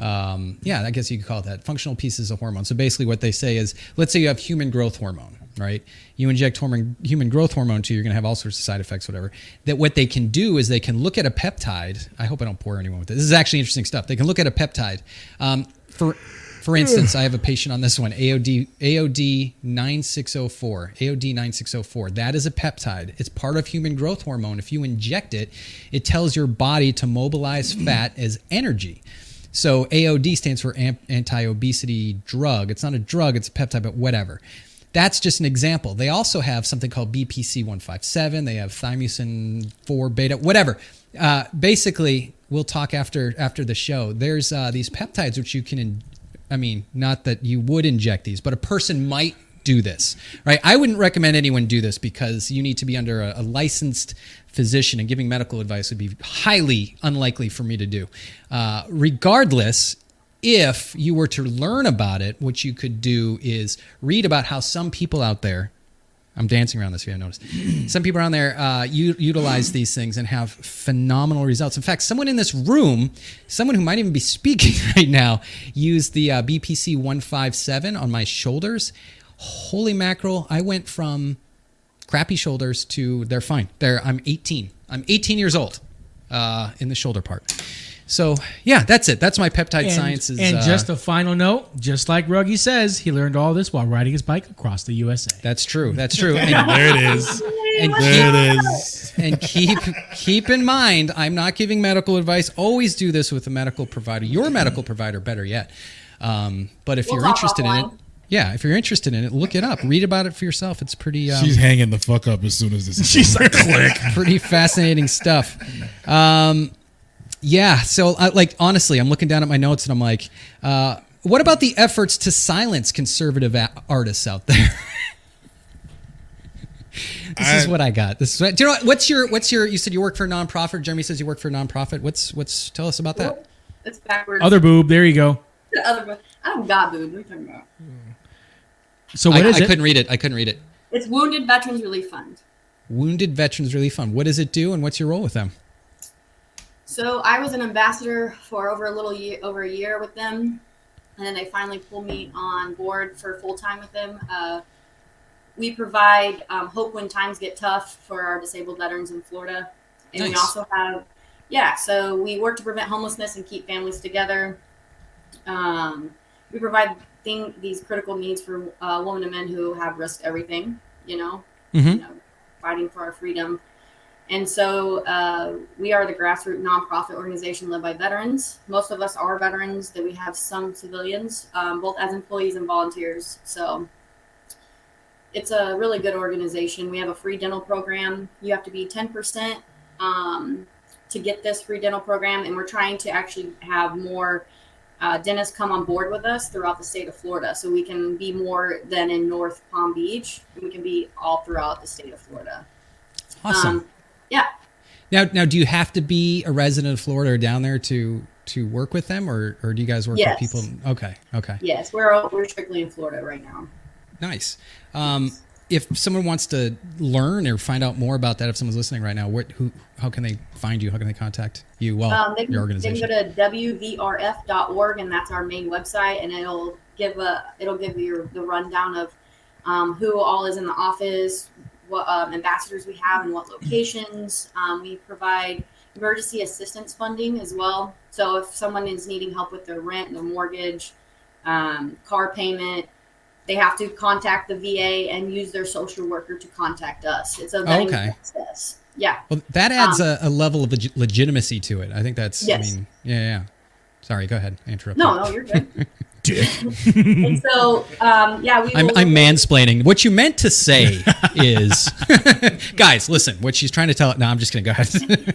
S1: Um, yeah, I guess you could call it that functional pieces of hormone. So basically, what they say is, let's say you have human growth hormone, right? You inject hormone, human growth hormone to, you, you're going to have all sorts of side effects, whatever. That what they can do is they can look at a peptide. I hope I don't bore anyone with this. This is actually interesting stuff. They can look at a peptide. Um, for for instance, I have a patient on this one, AOD AOD 9604. AOD 9604. That is a peptide. It's part of human growth hormone. If you inject it, it tells your body to mobilize fat as energy. So AOD stands for am- anti-obesity drug. It's not a drug, it's a peptide, but whatever. That's just an example. They also have something called BPC 157. They have thymusin 4 beta, whatever. Uh, basically, we'll talk after after the show. There's uh, these peptides which you can, in, I mean, not that you would inject these, but a person might do this, right? I wouldn't recommend anyone do this because you need to be under a, a licensed physician, and giving medical advice would be highly unlikely for me to do. Uh, regardless, if you were to learn about it, what you could do is read about how some people out there, I'm dancing around this if you haven't noticed, [clears throat] some people around there uh, u- utilize these things and have phenomenal results. In fact, someone in this room, someone who might even be [laughs] speaking right now, used the uh, BPC 157 on my shoulders. Holy mackerel, I went from crappy shoulders to they're fine. They're I'm 18. I'm 18 years old uh, in the shoulder part. So yeah, that's it. That's my peptide sciences.
S2: and
S1: uh,
S2: just a final note, just like Ruggy says, he learned all this while riding his bike across the USA.
S1: that's true. That's true.
S2: [laughs]
S1: And,
S3: [laughs] There it is.
S1: and
S3: There
S1: keep,
S3: it is.
S1: and keep keep in mind, I'm not giving medical advice. Always do this with a medical provider, your medical provider, better yet. Um, but if
S4: We'll
S1: you're
S4: talk
S1: interested in it,
S4: offline.
S1: yeah, if you're interested in it, look it up, read about it for yourself. It's pretty. Um,
S3: She's hanging the fuck up as soon as this. She's like, click.
S1: pretty fascinating stuff. Um, yeah. So, I, like, honestly, I'm looking down at my notes and I'm like, uh, what about the efforts to silence conservative a- artists out there? [laughs] this is
S3: I-
S1: what I got. This is what, do you know what, what's your what's your you said you work for a nonprofit. Jeremy says you work for a nonprofit. What's what's tell us about that?
S4: That's backwards.
S2: Other boob, there you go.
S4: Other one. I don't got booed. What are you talking about?
S2: So what
S1: I,
S2: is
S1: I
S2: it?
S1: couldn't read it. I couldn't read it.
S4: It's Wounded Veterans Relief Fund.
S1: Wounded Veterans Relief Fund. What does it do and what's your role with them?
S4: So I was an ambassador for over a little year, over a year with them, and then they finally pulled me on board for full time with them. Uh, we provide um, hope when times get tough for our disabled veterans in Florida, and we
S1: Nice.
S4: also have, yeah. So we work to prevent homelessness and keep families together. Um, we provide thing, these critical needs for uh, women and men who have risked everything, you know,
S1: Mm-hmm.
S4: you know, fighting for our freedom. And so uh, we are the grassroots nonprofit organization led by veterans. Most of us are veterans, that we have some civilians, um, both as employees and volunteers. So it's a really good organization. We have a free dental program. You have to be 10% um, to get this free dental program. And we're trying to actually have more uh, dentists come on board with us throughout the state of Florida. So we can be more than in North Palm Beach. We can be all throughout the state of Florida.
S1: Awesome.
S4: Um, yeah.
S1: Now, now, do you have to be a resident of Florida or down there to to work with them, or or do you guys work
S4: Yes.
S1: with people? Okay, okay,
S4: Yes. We're, all- we're strictly in Florida right now.
S1: nice. Um, if someone wants to learn or find out more about that, if someone's listening right now, what who how can they find you? How can they contact you? Well,
S4: Um, they, can,
S1: your
S4: they can
S1: organization.
S4: go to wvrf.org, and that's our main website, and it'll give a it'll give you the rundown of um, who all is in the office, what um, ambassadors we have, and what locations. Um, we provide emergency assistance funding as well. So if someone is needing help with their rent, their mortgage, um, car payment. They have to contact the VA and use their social worker to contact us. It's a vetting
S1: Oh, Okay.
S4: process. Yeah.
S1: well, that adds
S4: um,
S1: a, a level of leg- legitimacy to it. I think that's.
S4: Yes.
S1: I mean, yeah, yeah. Sorry, go ahead. I interrupted.
S4: No, no, you're good. and so, um, yeah, we.
S1: I'm,
S4: will-
S1: I'm mansplaining. What you meant to
S4: [laughs]
S1: say is, [laughs] guys, listen. What she's trying to tell. No, I'm just gonna go ahead.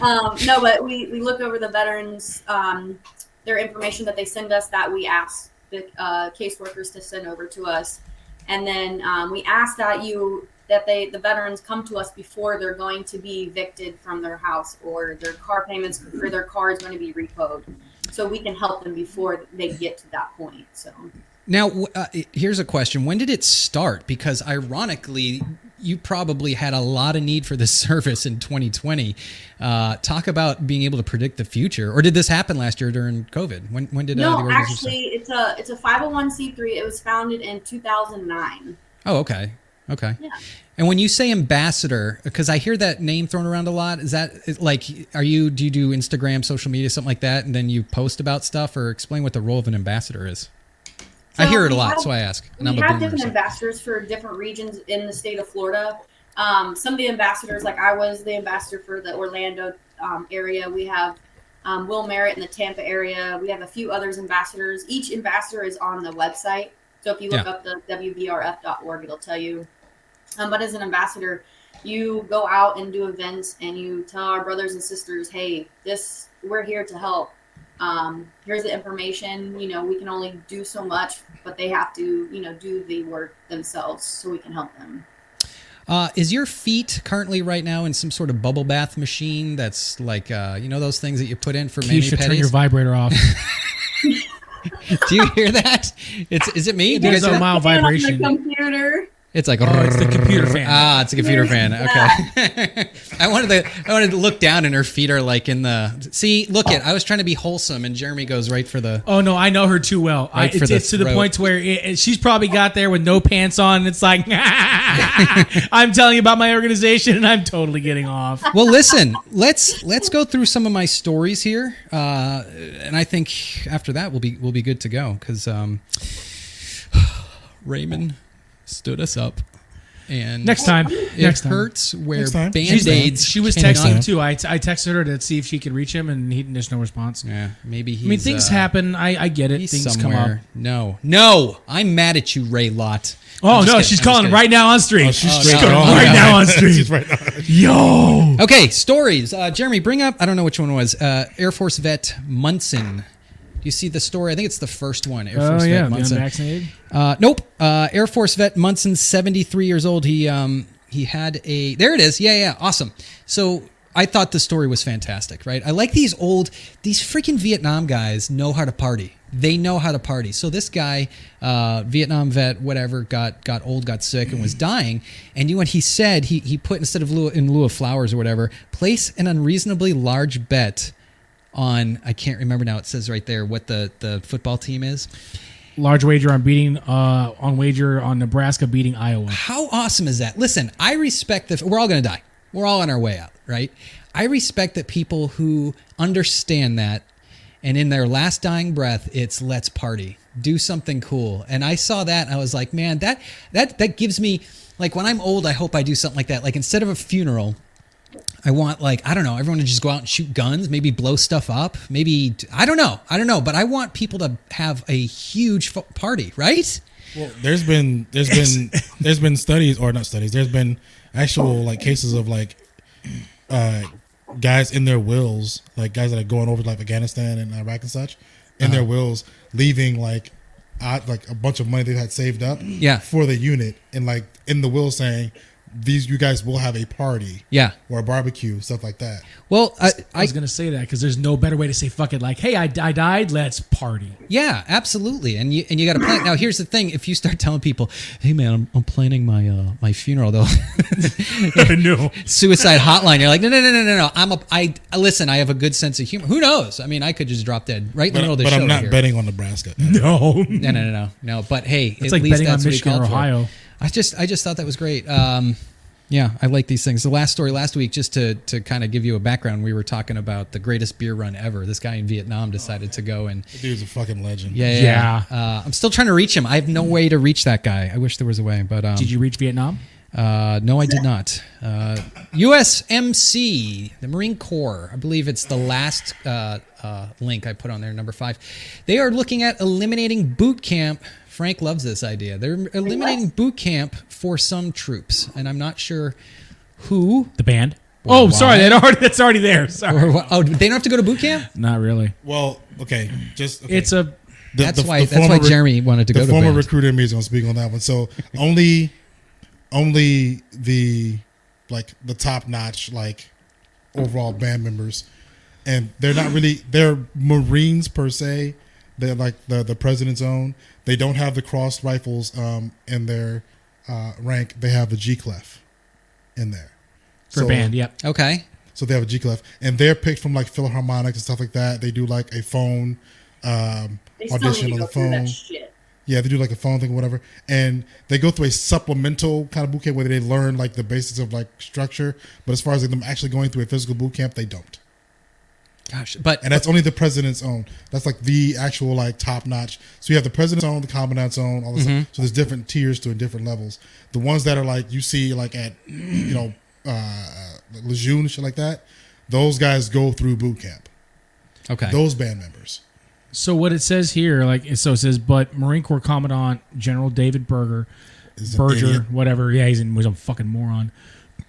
S4: Um, no, but we, we look over the veterans, um, their information that they send us that we ask the uh, caseworkers to send over to us, and then um, we ask that you that they the veterans come to us before they're going to be evicted from their house or their car payments or their car is going to be repoed, so we can help them before they get to that point. So.
S1: Now, w- uh, it- here's a question. When did it start? Because ironically, you probably had a lot of need for this [laughs] service in 2020. Uh, talk about being able to predict the future. Or did this happen last year during COVID? When, when did uh, the
S4: No,
S1: organization start?
S4: actually, it's a it's a five hundred one c three. It was founded in two thousand nine.
S1: Oh, okay. Okay.
S4: Yeah.
S1: And when you say ambassador, because I hear that name thrown around a lot, is that is- like, are you, do you do Instagram, social media, something like that? And then you post about stuff or explain what the role of an ambassador is? I
S4: So
S1: hear it a
S4: we
S1: lot,
S4: have-
S1: so I ask. And I'm
S4: we
S1: a
S4: have
S1: boomer,
S4: different
S1: so-
S4: ambassadors for different regions in the state of Florida. Um, some of the ambassadors, like I was the ambassador for the Orlando um, area. We have um, Will Merritt in the Tampa area. We have a few others ambassadors. Each ambassador is on the website. So if you look
S1: Yeah.
S4: up the WBRF.org, it'll tell you. Um, but as an ambassador, you go out and do events and you tell our brothers and sisters, hey, this we're here to help um, here's the information. You know, we can only do so much, but they have to, you know, do the work themselves so we can help them.
S1: Uh, is your feet currently right now in some sort of bubble bath machine that's like uh, you know those things that you put in for mani
S2: Keisha, turn your
S1: pedis?
S2: vibrator off.
S1: [laughs] Do you hear that? It's is it me? Do you guys
S2: There's
S1: hear
S2: a
S1: that?
S2: mild
S4: Get on the
S2: vibration.
S4: computer.
S1: It's like
S2: Oh, it's the computer fan.
S1: Ah, it's a computer fan. Okay. [laughs] I wanted to I wanted to look down and her feet are like in the See, look it. I was trying to be wholesome and Jeremy goes right for the
S2: Oh no, I know her too well. I,
S1: Right for
S2: it's,
S1: the
S2: it's to the
S1: throat.
S2: point where it, it- she's probably got there with no pants on, and it's like, [laughs] I'm telling you about my organization, and I'm totally getting off.
S1: well listen let's let's go through some of my stories here uh, and i think after that we'll be we'll be good to go because um, [sighs] raymond stood us up and
S2: Next time,
S1: it
S2: next time.
S1: hurts where
S3: Next time.
S2: She's-
S1: band-aids
S2: She was
S1: cannot-
S2: texting him too. I, I texted her to see if she could reach him, and he there's no response.
S1: yeah maybe he's,
S2: I mean, things
S1: uh,
S2: happen. I, I get it.
S1: he's
S2: Things come up.
S1: somewhere. no no i'm mad at you ray lot
S2: Oh
S1: I'm just kidding,
S2: no, she's
S1: I'm just
S2: calling
S1: kidding.
S2: right now on stream.
S3: she's
S1: Oh,
S3: straight
S1: no.
S3: on.
S1: Right [laughs]
S3: Yeah.
S2: now on stream.
S3: She's right on.
S2: Yo,
S1: Okay, stories. Uh, Jeremy, bring up. I don't know which one it was. Uh, Air Force vet Munson. Do you see the story? I think it's the first one. Air Force
S2: oh
S1: vet
S2: yeah, the
S1: Munson.
S2: unvaccinated.
S1: Uh, nope. Uh, Air Force vet Munson, 73 years old. He um he had a there it is. Yeah, yeah, awesome. So I thought the story was fantastic, right? I like these old these freaking Vietnam guys know how to party. They know how to party. So this guy, uh, Vietnam vet, whatever, got got old, got sick, and was dying. And you know what he said? He he put instead of lieu, in lieu of flowers or whatever, place an unreasonably large bet on I can't remember now. It says right there what the the football team is.
S2: Large wager on beating uh on wager on Nebraska beating Iowa.
S1: How awesome is that? Listen, I respect the. We're all going to die. We're all on our way out, right? I respect that people who understand that, and in their last dying breath, it's let's party, do something cool. And I saw that, and I was like, man, that that that gives me like when I'm old, I hope I do something like that. Like instead of a funeral, I want like I don't know everyone to just go out and shoot guns, maybe blow stuff up, maybe I don't know, I don't know, but I want people to have a huge f- party, right?
S3: Well, there's been there's been
S1: [laughs]
S3: there's been studies or not studies. There's been actual like cases of like uh guys in their wills, like guys that are going over to like Afghanistan and Iraq and such, in
S1: Uh-huh.
S3: their wills leaving like odd, like a bunch of money they had saved up
S1: Yeah.
S3: for the unit and like in the will saying these you guys will have a party
S1: Yeah.
S3: or a barbecue stuff like that.
S1: Well, I,
S2: I
S1: I
S2: was gonna say that because there's no better way to say fuck it. Like, hey, I, I died. Let's party.
S1: Yeah, absolutely. And you and you got to plan. Now, here's the thing: if you start telling people, "Hey, man, I'm, I'm planning my uh, my funeral," [laughs] though,
S2: [laughs] I knew.
S1: suicide hotline. You're like, "No, no, no, no, no, no. I'm a I listen. I have a good sense of humor. Who knows? I mean, I could just drop dead right in the
S3: But,
S1: middle of the
S3: but
S1: show.
S3: I'm not
S1: here.
S3: betting
S1: [laughs]
S3: on Nebraska.
S1: No,
S2: No.
S1: no, no, no, no. But hey, it's at
S2: like
S1: least
S2: betting on
S1: that's what he
S2: Michigan or
S1: called for.
S2: Ohio.
S1: I just I just thought that was great. Um, yeah, I like these things. The last story last week, just to to kind of give you a background, we were talking about the greatest beer run ever. This guy in Vietnam decided to go and
S3: Dude's a fucking legend.
S1: Yeah, yeah. yeah. Uh, I'm still trying to reach him. I have no way to reach that guy. I wish there was a way, but um,
S2: [laughs] Did you reach Vietnam?
S1: uh, no, I did not. Uh, USMC, the Marine Corps. I believe it's the last uh, uh, link I put on there, number five. They are looking at eliminating boot camp. Frank loves this idea. They're eliminating boot camp for some troops, and I'm not sure who.
S2: The band. Oh, sorry. That already that's already there. Sorry.
S1: Or what. Oh, they don't have to go to boot camp.
S2: Not really.
S3: Well, okay, just okay.
S2: It's a
S3: The-
S1: That's
S3: the-
S1: why.
S3: the
S1: that's why
S3: former-
S1: Jeremy wanted to
S3: the
S1: go to
S3: former
S1: band.
S3: recruiter in me is going to speak on that one. So only, only the like the top notch like overall band members, and they're not really they're Marines per se. They're like the the president's own. They don't have the crossed rifles um, in their uh, rank. They have the G clef in there
S2: for
S3: So-
S2: band. Yep.
S1: okay.
S3: so they have a G clef, and they're picked from like Philharmonic and stuff like that. They do like a phone um,
S4: They still need
S3: audition
S4: to
S3: on
S4: go
S3: the
S4: through
S3: phone.
S4: that shit.
S3: Yeah, they do like a phone thing, or whatever, and they go through a supplemental kind of boot camp where they learn like the basics of like structure. But as far as like, them actually going through a physical boot camp, they don't.
S1: Gosh, but
S3: And that's only the president's own. That's like the actual like top notch. So you have the president's own, the commandant's own, all this stuff. So there's different tiers to it, different levels. The ones that are like you see like at you know uh Lejeune shit like that, those guys go through boot camp.
S1: okay.
S3: Those band members.
S2: So what it says here, like so it says, but Marine Corps Commandant General David Berger,
S3: Is an
S2: Berger,
S3: idiot.
S2: whatever, yeah, he's, in, he's a fucking moron,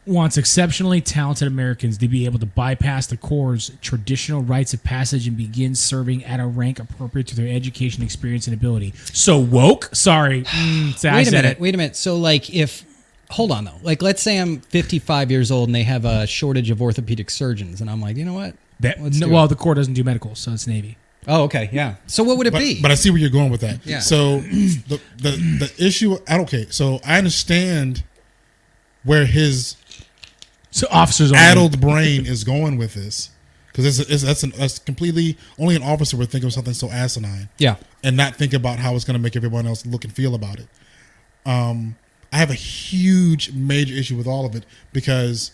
S2: wants exceptionally talented Americans to be able to bypass the Corps' traditional rites of passage and begin serving at a rank appropriate to their education, experience, and ability. So woke?
S1: [sighs]
S2: Sorry, Mm, say- I
S1: wait a
S2: said
S1: minute.
S2: it.
S1: Wait a minute. So like if hold on though. Like let's say I'm 55 years old and they have a shortage of orthopedic surgeons and I'm like, "You know what?
S2: That-
S1: Let's
S2: no,
S1: do
S2: well,
S1: it.
S2: the Corps doesn't do medical, so it's Navy.
S1: Oh, okay, yeah. So what would it
S3: but,
S1: be?
S3: but I see where you're going with that.
S1: Yeah.
S3: So the, the the issue. I don't okay. So I understand where his
S2: So officers only.
S3: addled brain is going with this because it's, it's that's an that's completely only an officer would think of something so asinine.
S1: yeah,
S3: and not think about how it's going to make everyone else look and feel about it. Um, I have a huge, major issue with all of it because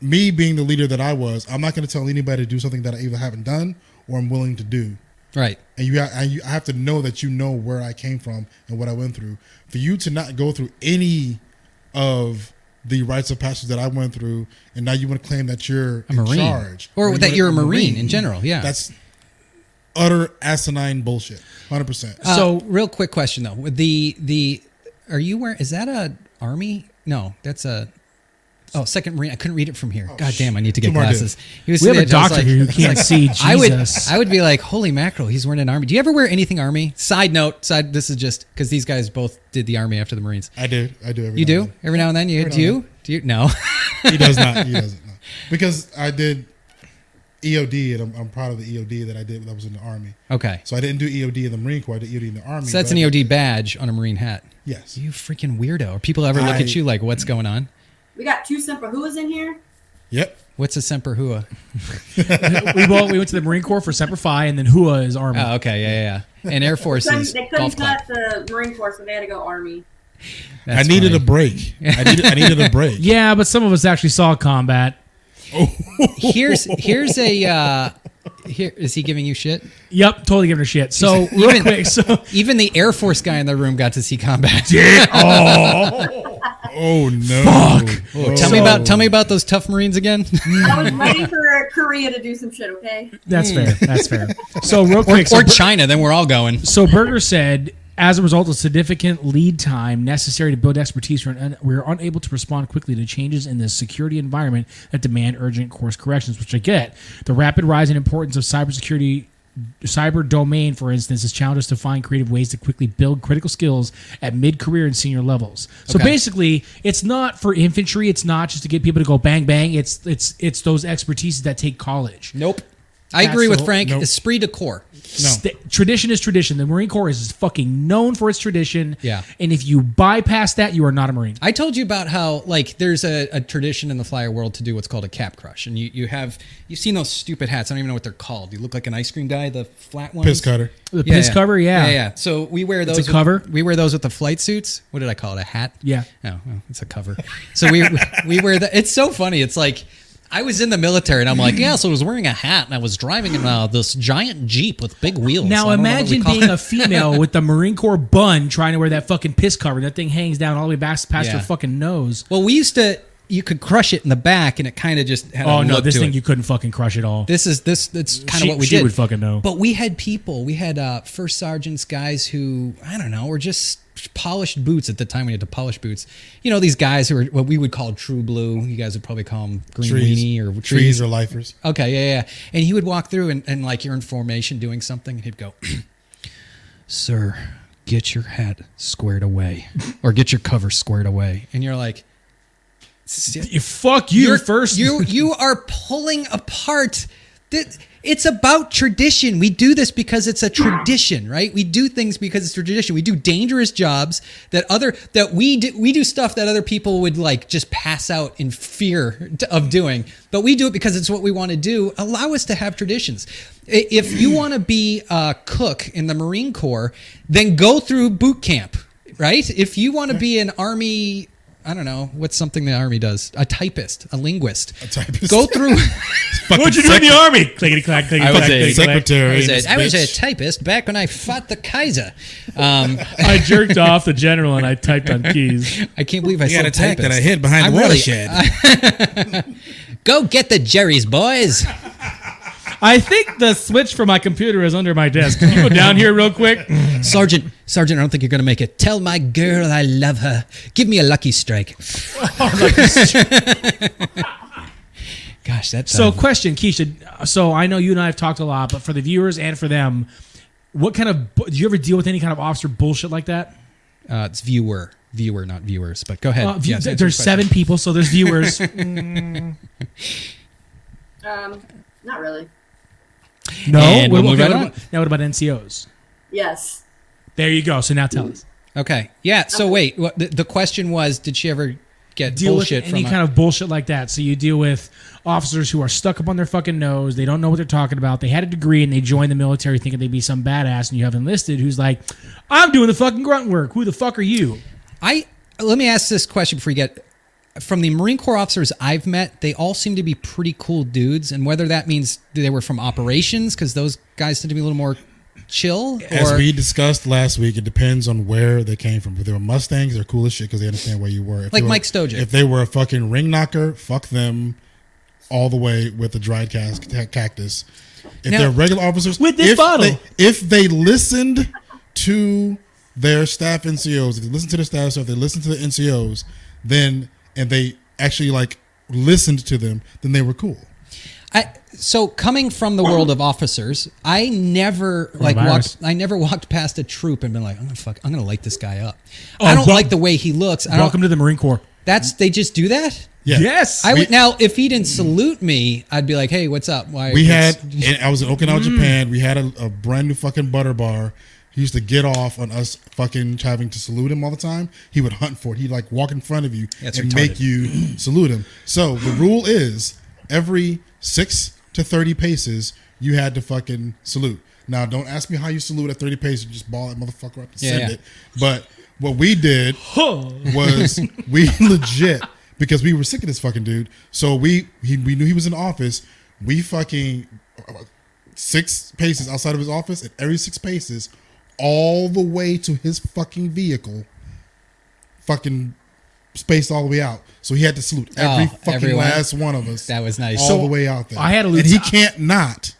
S3: me being the leader that I was, I'm not going to tell anybody to do something that I either haven't done or I'm willing to do.
S1: right.
S3: And you, ha- and you, I have to know that you know where I came from and what I went through. For you to not go through any of the rites of passage that I went through, and now you want to claim that you're
S1: A marine,
S3: in charge
S1: or
S3: you
S1: that
S3: wanna-
S1: you're a marine in general. Yeah.
S3: that's utter asinine bullshit. Hundred percent.
S1: Uh,
S2: So-
S1: real quick question though. With The the are you wearing? Is that a army? No, that's a. Oh, second marine. I couldn't read it from here. God damn! I need to get
S3: Oh, Two more
S1: glasses. He was
S2: We have
S1: sitting
S2: a
S1: there, I was
S2: doctor here
S1: [laughs]
S2: who can't see.
S1: I would,
S2: Jesus.
S1: I would be like, holy mackerel, he's wearing an army. Do you ever wear anything army? Side note, side. This is just because these guys both did the army after the Marines.
S3: I do. I do. Every
S1: You
S3: now
S1: do
S3: and
S1: every now and then. You do
S3: now
S1: you?
S3: and
S1: Do you? No. [laughs]
S3: then. He does not. He doesn't. no. Because I did EOD, and I'm, I'm proud of the EOD that I did when I was in the army.
S1: okay.
S3: So I didn't do EOD in the Marine Corps. I did EOD in the army.
S1: So that's
S3: but
S1: an E
S3: I did-
S1: EOD badge on a Marine hat.
S3: Yes.
S1: You freaking weirdo. Are people ever look
S3: I-
S1: at you like, what's going on?
S4: We got two Semper Huas in here.
S3: Yep.
S1: What's a Semper
S3: [laughs]
S1: Hua?
S2: we, both, we went to the Marine Corps for Semper Fi, and then Hua is Army.
S1: Oh, okay, yeah, yeah, yeah. And
S4: [laughs]
S1: Air Force
S4: Couldn't-
S1: is
S4: they couldn't
S1: golf club.
S4: cut the Marine Corps, so they had to go Army.
S1: That's
S3: I needed
S1: funny.
S3: a break. I needed, I needed a
S1: [laughs]
S3: break.
S2: yeah, but some of us actually saw combat.
S3: [laughs]
S1: Here's here's a. Uh, here is he giving you shit?
S2: Yep, totally giving her shit. So
S1: [laughs]
S2: real
S1: Even-
S2: quick, so [laughs]
S1: Even the Air Force guy in the room got to see combat.
S3: Oh no. Oh, Fuck.
S1: tell me about tell me about those tough Marines again. [laughs]
S4: I was waiting for Korea to do some shit, okay?
S2: that's fair. That's fair. So real quick, so
S1: Hmm. or China, then we're all going.
S2: So Berger said, as a result of significant lead time necessary to build expertise, we're un- we're unable to respond quickly to changes in the security environment that demand urgent course corrections. Which I get. The rapid rise in importance of cybersecurity. Cyber domain, for instance, has challenged us to find creative ways to quickly build critical skills at mid-career and senior levels. So
S1: Okay.
S2: basically, it's not for infantry. It's not just to get people to go bang bang. It's it's it's those expertises that take college.
S1: Nope. I
S2: That's
S1: agree with
S2: the-
S1: Frank.
S3: nope.
S1: Esprit de corps.
S2: St- tradition is tradition. The Marine Corps is fucking known for its tradition.
S1: Yeah.
S2: And if you bypass that, you are not a Marine.
S1: I told you about how like there's a, a tradition in the flyer world to do what's called a cap crush, and you, you have you've seen those stupid hats. I don't even know what they're called. You look like an ice cream guy, the flat ones.
S3: Piss cutter.
S2: The piss cover, yeah.
S1: yeah, yeah. So we wear those
S2: a
S1: with-
S2: cover?
S1: We wear those with the flight suits. What did I call it? A hat?
S2: Yeah.
S1: Oh, oh, it's a cover. So we [laughs] we wear that. It's so funny. It's like I was in the military and I'm like, yeah. So I was wearing a hat and I was driving in uh, this giant jeep with big wheels.
S2: Now
S1: I don't know what we
S2: imagine
S1: call
S2: being a
S1: it.
S2: female with the Marine Corps bun trying to wear that fucking piss cover. That thing hangs down all the way past, past
S1: Yeah.
S2: her fucking nose.
S1: well, we used to. You could crush it in the back, and it kind of just had.
S2: Oh
S1: a
S2: no,
S1: look
S2: this
S1: to
S2: thing
S1: it.
S2: you couldn't fucking crush at all.
S1: This is this. That's kind of
S2: She-
S1: what we
S2: she
S1: did.
S2: would fucking know.
S1: But we had people. We had uh, first sergeants, guys who I don't know, were just polished boots at the time. We had to polish boots. You know, these guys who were what we would call true blue. You guys would probably call them green weenie or
S3: Trees.
S1: trees.
S3: Trees are lifers.
S1: Okay, yeah, yeah. And he would walk through and, and like you're in formation doing something, and he'd go, [clears throat] Sir, get your hat squared away or get your cover squared away. And you're like, "Sit
S2: You- fuck you
S1: you're-
S2: first.
S1: You you are pulling apart. Th- It's about tradition. We do this because it's a tradition, right? We do things because it's tradition. We do dangerous jobs that other that we do, we do stuff that other people would like just pass out in fear t- of doing, but we do it because it's what we want to do. Allow us to have traditions. I- If you want to be a cook in the Marine Corps, then go through boot camp, right? If you want to be an army I don't know what's something the army does. A typist, a linguist. A
S3: typist.
S1: Go
S2: [laughs]
S1: through.
S2: What'd you do in the army? Clickety clack, clickety
S1: I was a-
S2: clack, clickety clack.
S1: I
S3: Secretary.
S1: was,
S3: this
S1: a, I was a
S3: bitch.
S1: typist back when I fought the Kaiser. Um,
S2: I jerked off the general and I typed on keys.
S1: I can't believe I
S3: He had
S1: said
S3: a tank
S1: typist.
S3: that I hid behind
S1: I'm
S3: the
S1: really-
S3: watershed.
S1: Go get the Jerry's boys.
S2: I think the switch for my computer is under my desk. Can you go down here real quick?
S1: Sergeant, Sergeant, I don't think you're going to make it. Tell my girl I love her. Give me a lucky
S2: [laughs]
S1: strike. Gosh, that's
S2: So,
S1: um,
S2: question, Keisha. So, I know you and I have talked a lot, but for the viewers and for them, what kind of bu- do you ever deal with any kind of officer bullshit like that?
S1: uh, it's viewer, viewer, not viewers. But go ahead.
S2: Uh, view-
S1: Yes, answer
S2: there's
S1: the question.
S2: seven people, so
S1: [laughs]
S2: there's viewers.
S4: Um, not really.
S2: No,
S1: And we'll
S2: what-
S1: move right
S2: okay, what
S1: on.
S2: about- now what about NCOs?
S4: Yes.
S2: There you go. So now tell us.
S1: Okay. Yeah. So wait, what, the, the question was, did she ever get
S2: deal
S1: bullshit
S2: with
S1: from
S2: any
S1: a-
S2: kind of bullshit like that. So you deal with officers who are stuck up on their fucking nose. They don't know what they're talking about. They had a degree and they joined the military thinking they'd be some badass, and you have enlisted who's like, "I'm doing the fucking grunt work. Who the fuck are you?"
S1: I let me ask this question before you get from the Marine Corps officers I've met, they all seem to be pretty cool dudes. And whether that means they were from operations, because those guys tend to be a little more chill,
S3: As
S1: or
S3: we discussed last week, it depends on where they came from. If they were Mustangs, they're cool as shit because they understand where you were. If
S1: Like
S3: they were-
S1: Mike Stojic.
S3: If they were a fucking ring knocker, fuck them all the way with a dried cas- ca- cactus. If
S1: Now-
S3: they're regular officers,
S2: With this
S3: if
S2: bottle.
S3: they- if they listened to their staff NCOs, if they listened to the staff, so if they listened to the NCOs, then and they actually like listened to them, then they were cool.
S1: I, so coming from the world of officers, I never like walked.
S2: Coronavirus.
S1: I never walked past a troop and been like, "I'm gonna fuck. I'm gonna light this guy up."
S2: Oh,
S1: I don't
S2: wel-
S1: like the way he looks. I
S2: Welcome
S1: don't,
S2: to the Marine Corps.
S1: that's they just do that.
S3: Yeah.
S2: Yes,
S1: I
S2: I,
S1: would now if he didn't salute me, I'd be like, "Hey, what's up?" Why
S3: We
S1: it's-
S3: had, and I was in Okinawa, Japan. We had a, a brand new fucking butter bar. He used to get off on us fucking having to salute him all the time. He would hunt for it. He'd like walk in front of you
S1: That's
S3: and
S1: retarded. [clears throat]
S3: make you salute him. So the rule is every six to 30 paces, you had to fucking salute. Now, don't ask me how you salute at 30 paces. Just ball that motherfucker up and
S1: Yeah,
S3: send
S1: yeah.
S3: it. But what we did was we [laughs] legit because we were sick of this fucking dude. So we he, we knew he was in office. We fucking six paces outside of his office, and every six paces, all the way to his fucking vehicle, fucking spaced all the way out. So he had to salute every
S1: Oh,
S3: fucking
S1: everyone?
S3: last one of us.
S1: That was nice.
S3: All
S1: So
S3: the way out there.
S2: I had a
S3: and he
S2: lieutenant-
S3: can't not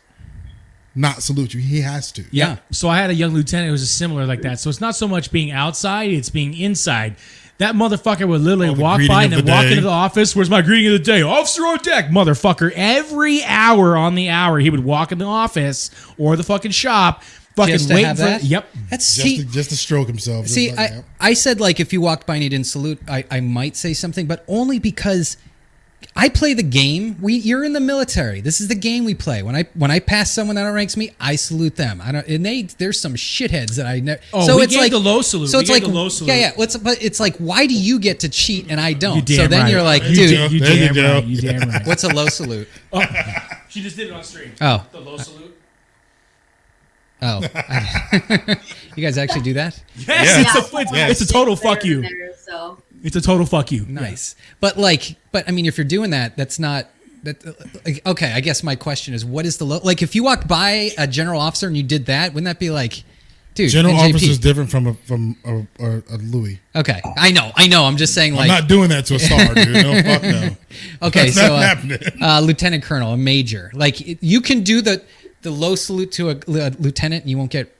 S3: not salute you. He has to.
S1: yeah.
S2: So I had a young lieutenant who was similar like that. So it's not so much being outside; it's being inside. That motherfucker would literally
S3: Oh, the
S2: walk
S3: greeting
S2: by and
S3: of
S2: then
S3: the
S2: walk
S3: day.
S2: into the office. Where's my greeting of the day? Officer on deck, motherfucker. Every hour on the hour, he would walk in the office or the fucking shop, fucking
S1: Just to
S2: wait
S1: have
S2: for.
S1: that?
S2: Yep.
S1: That's
S3: Just
S1: see,
S3: to, just to stroke himself. Just
S1: See,
S3: like,
S1: I,
S3: yeah.
S1: I said like if you walked by and you didn't salute, I, I might say something, but only because I play the game. We you're in the military. This is the game we play. When I when I pass someone that outranks me, I salute them. I don't and they there's some shitheads that I never.
S2: Oh,
S1: so
S2: we
S1: it's
S2: gave
S1: like
S2: the low salute.
S1: So
S2: We
S1: it's
S2: gave
S1: like
S2: the low salute.
S1: yeah yeah. What's but it's like why do you get to cheat and I don't?
S2: damn
S1: Oh, so then
S2: right.
S1: you're like,
S2: You
S1: dude,
S3: damn-
S2: You
S3: There you
S2: damn
S3: go.
S2: right. You
S3: [laughs]
S2: damn right.
S1: what's a low salute?
S2: She just did it on stream.
S1: Oh.
S2: The low salute.
S1: Oh, I- you guys actually do that?
S2: Yes,
S4: Yeah.
S2: It's, a, it's,
S4: Yeah.
S2: it's a total fuck you.
S4: There, so
S2: It's a total fuck you.
S1: Nice. But like, but I mean, if you're doing that, that's not that. Like, okay, I guess my question is, what is the low? Like, if you walked by a general officer and you did that, wouldn't that be like, dude?
S3: General
S1: NJP.
S3: officer is different from a from a, a, a Louis.
S1: Okay, I know, I know. I'm just saying,
S3: I'm
S1: like,
S3: not [laughs] doing that to a star, dude. No, fuck no.
S1: okay,
S3: That's
S1: so
S3: not
S1: uh,
S3: happening.
S1: [laughs] uh, lieutenant colonel, a major, like it- you can do the the low salute to a, a lieutenant, and you won't get.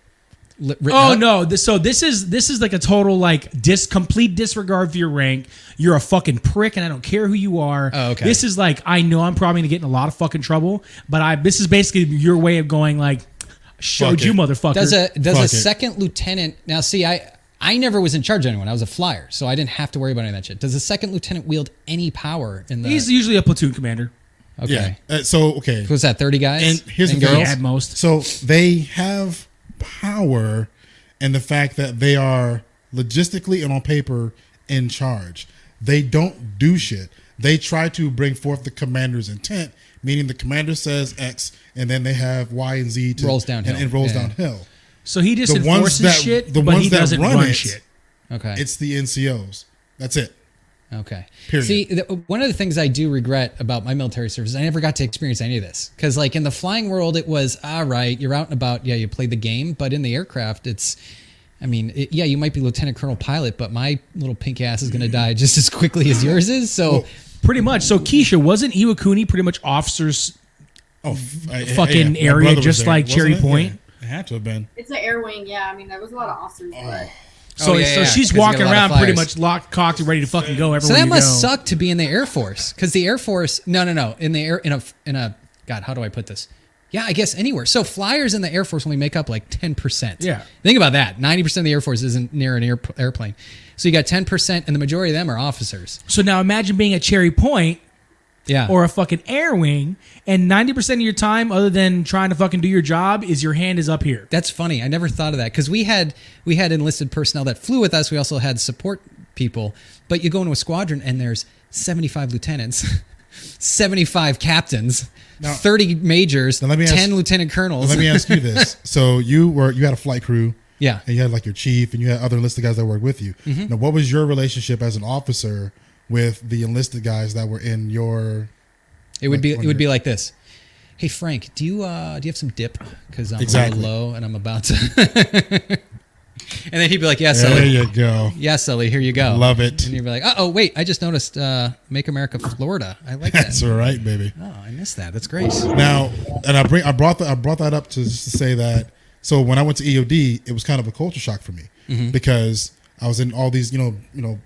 S1: Li- written
S2: Oh
S1: up.
S2: no! This, so this is this is like a total like dis complete disregard for your rank. You're a fucking prick, and I don't care who you are.
S1: Oh, okay.
S2: This is like I know I'm probably gonna get in a lot of fucking trouble, but I this is basically your way of going like showed
S3: Fuck
S2: you
S3: it.
S2: motherfucker.
S1: Does a does a
S3: Fuck it.
S1: second lieutenant now? See, I I never was in charge of anyone. I was a flyer, so I didn't have to worry about any of that shit. Does a second lieutenant wield any power in the?
S2: He's usually a platoon commander.
S1: okay.
S3: Yeah. Uh, so okay.
S1: What's that? Thirty guys
S3: And here's the thing.
S1: girls.
S2: Yeah, at most.
S3: So they have power in the fact that they are logistically and on paper in charge. They don't do shit. They try to bring forth the commander's intent, meaning the commander says X, and then they have Y and Z to
S1: Rolls downhill.
S3: and, and rolls
S1: Yeah.
S3: downhill.
S2: So he just
S3: The ones
S2: enforces
S3: that-
S2: shit,
S3: the
S2: but
S3: ones
S2: he
S3: that
S2: doesn't run,
S3: run it.
S2: shit.
S1: Okay.
S3: It's the NCOs. That's it.
S1: okay.
S3: Period.
S1: See, th- one of the things I do regret about my military service, I never got to experience any of this because, like in the flying world, it was all right. You're out and about. Yeah, you played the game, but in the aircraft, it's. I mean, it, yeah, you might be lieutenant colonel pilot, but my little pink ass is going
S3: [laughs]
S1: to die just as quickly as yours is. So,
S2: Pretty much. So Keisha wasn't Iwakuni pretty much officers.
S3: Oh, f- I- I-
S2: Fucking
S3: my
S2: area
S3: brother was
S2: just like
S3: wasn't
S2: Cherry
S3: it?
S2: Point.
S3: Yeah. It had to
S2: [laughs]
S3: have been.
S4: it's an air wing. Yeah, I mean there was a lot of officers, but
S2: So,
S1: Oh, yeah,
S2: so
S1: yeah, 'cause
S2: she's
S1: you got a
S2: walking
S1: lot of
S2: around pretty
S1: flyers.
S2: much locked, cocked, and ready to fucking go. Everywhere
S1: so that
S2: you
S1: must
S2: go.
S1: suck to be in the air force because the air force. No, no, no. In the air, in a, in a. God, how do I put this? Yeah, I guess anywhere. So flyers in the air force only make up like ten percent.
S2: Yeah.
S1: Think about that. Ninety percent of the air force isn't near an air, airplane. So you got ten percent, and the majority of them are officers.
S2: So now imagine being at Cherry Point
S1: Yeah.
S2: [laughs] or a fucking air wing, and ninety percent of your time, other than trying to fucking do your job, is your hand is up here.
S1: That's funny. I never thought of that because we had we had enlisted personnel that flew with us. We also had support people. But you go into a squadron and there's 75 lieutenants, [laughs] 75 captains, 30 majors,
S3: let me
S1: 10
S3: ask-
S1: lieutenant colonels.
S3: Let me ask you
S2: [laughs]
S3: this: So you were you had a flight crew,
S1: Yeah.
S3: and you had like your chief, and you had other enlisted guys that worked with you.
S2: Mm-hmm.
S3: Now, what was your relationship as an officer with the enlisted guys that were in your?
S1: It would be
S3: Like,
S1: it would be like this. Hey Frank, do you uh, do you have some dip? Because I'm a little
S3: Exactly.
S1: low and I'm about to. [laughs] and then he'd be like, "Yeah,
S3: There
S1: Sully.
S3: you
S2: [laughs]
S3: go.
S1: Yeah, Sully. Here you go.
S3: Love it.
S1: And you'd be like, "Uh oh, wait! I just noticed. Uh, Make America Florida. I like that.
S3: [laughs] That's all right, baby.
S1: Oh, I missed that. That's great.
S3: Now, and I bring I brought that I brought that up to just to say that. So when I went to EOD, it was kind of a culture shock for me because I was in all these you know you know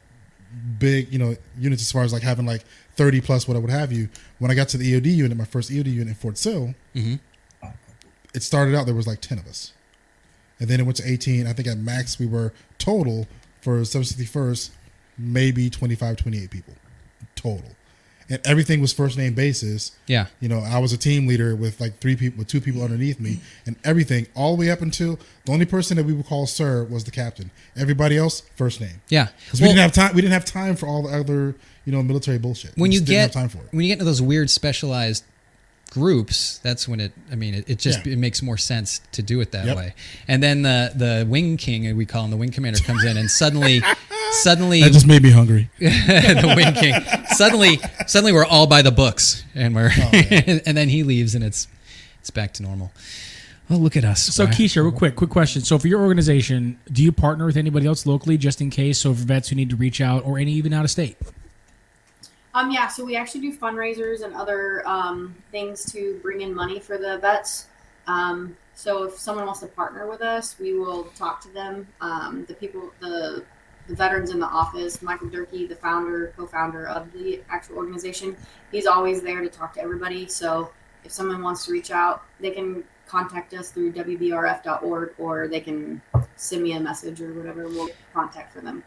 S3: big you know units as far as like having like thirty plus what I would have you. When I got to the EOD unit, my first EOD unit in Fort Sill, it started out there was like ten of us, and then it went to eighteen. I think at max we were total for 761st maybe 25, 28 people total, and everything was first name basis.
S1: Yeah.
S3: You know, I was a team leader with like three people, with two people underneath me, and everything all the way up until the only person that we would call sir was the captain. Everybody else, first name.
S1: Yeah.
S3: 'Cause
S1: Well-
S3: we didn't have time. We didn't have time for all the other, you know, military bullshit.
S1: when
S3: we
S1: you
S3: just
S1: get
S3: didn't have time for it.
S1: when you get into those weird specialized groups that's when it i mean it, it just
S3: Yeah.
S1: it makes more sense to do it that
S3: Yep.
S1: way and then the the wing king we call him the wing commander comes in and
S3: [laughs]
S1: suddenly suddenly
S3: made me hungry.
S1: [laughs] the wing king suddenly suddenly we're all by the books and we're
S2: Oh,
S1: [laughs] and then he leaves and it's it's back to normal oh look at us
S2: So
S1: Why-
S2: Keisha, real quick, quick question. So for your organization, do you partner with anybody else locally just in case? So for vets who need to reach out or any even out of state.
S4: Um, yeah, so we actually do fundraisers and other um, things to bring in money for the vets. Um, so if someone wants to partner with us, we will talk to them. Um, the people, the the veterans in the office, Michael Durkee, the founder, co-founder of the actual organization, he's always there to talk to everybody. So if someone wants to reach out, they can contact us through wbrf.org or they can send me a message or whatever. We'll contact for them.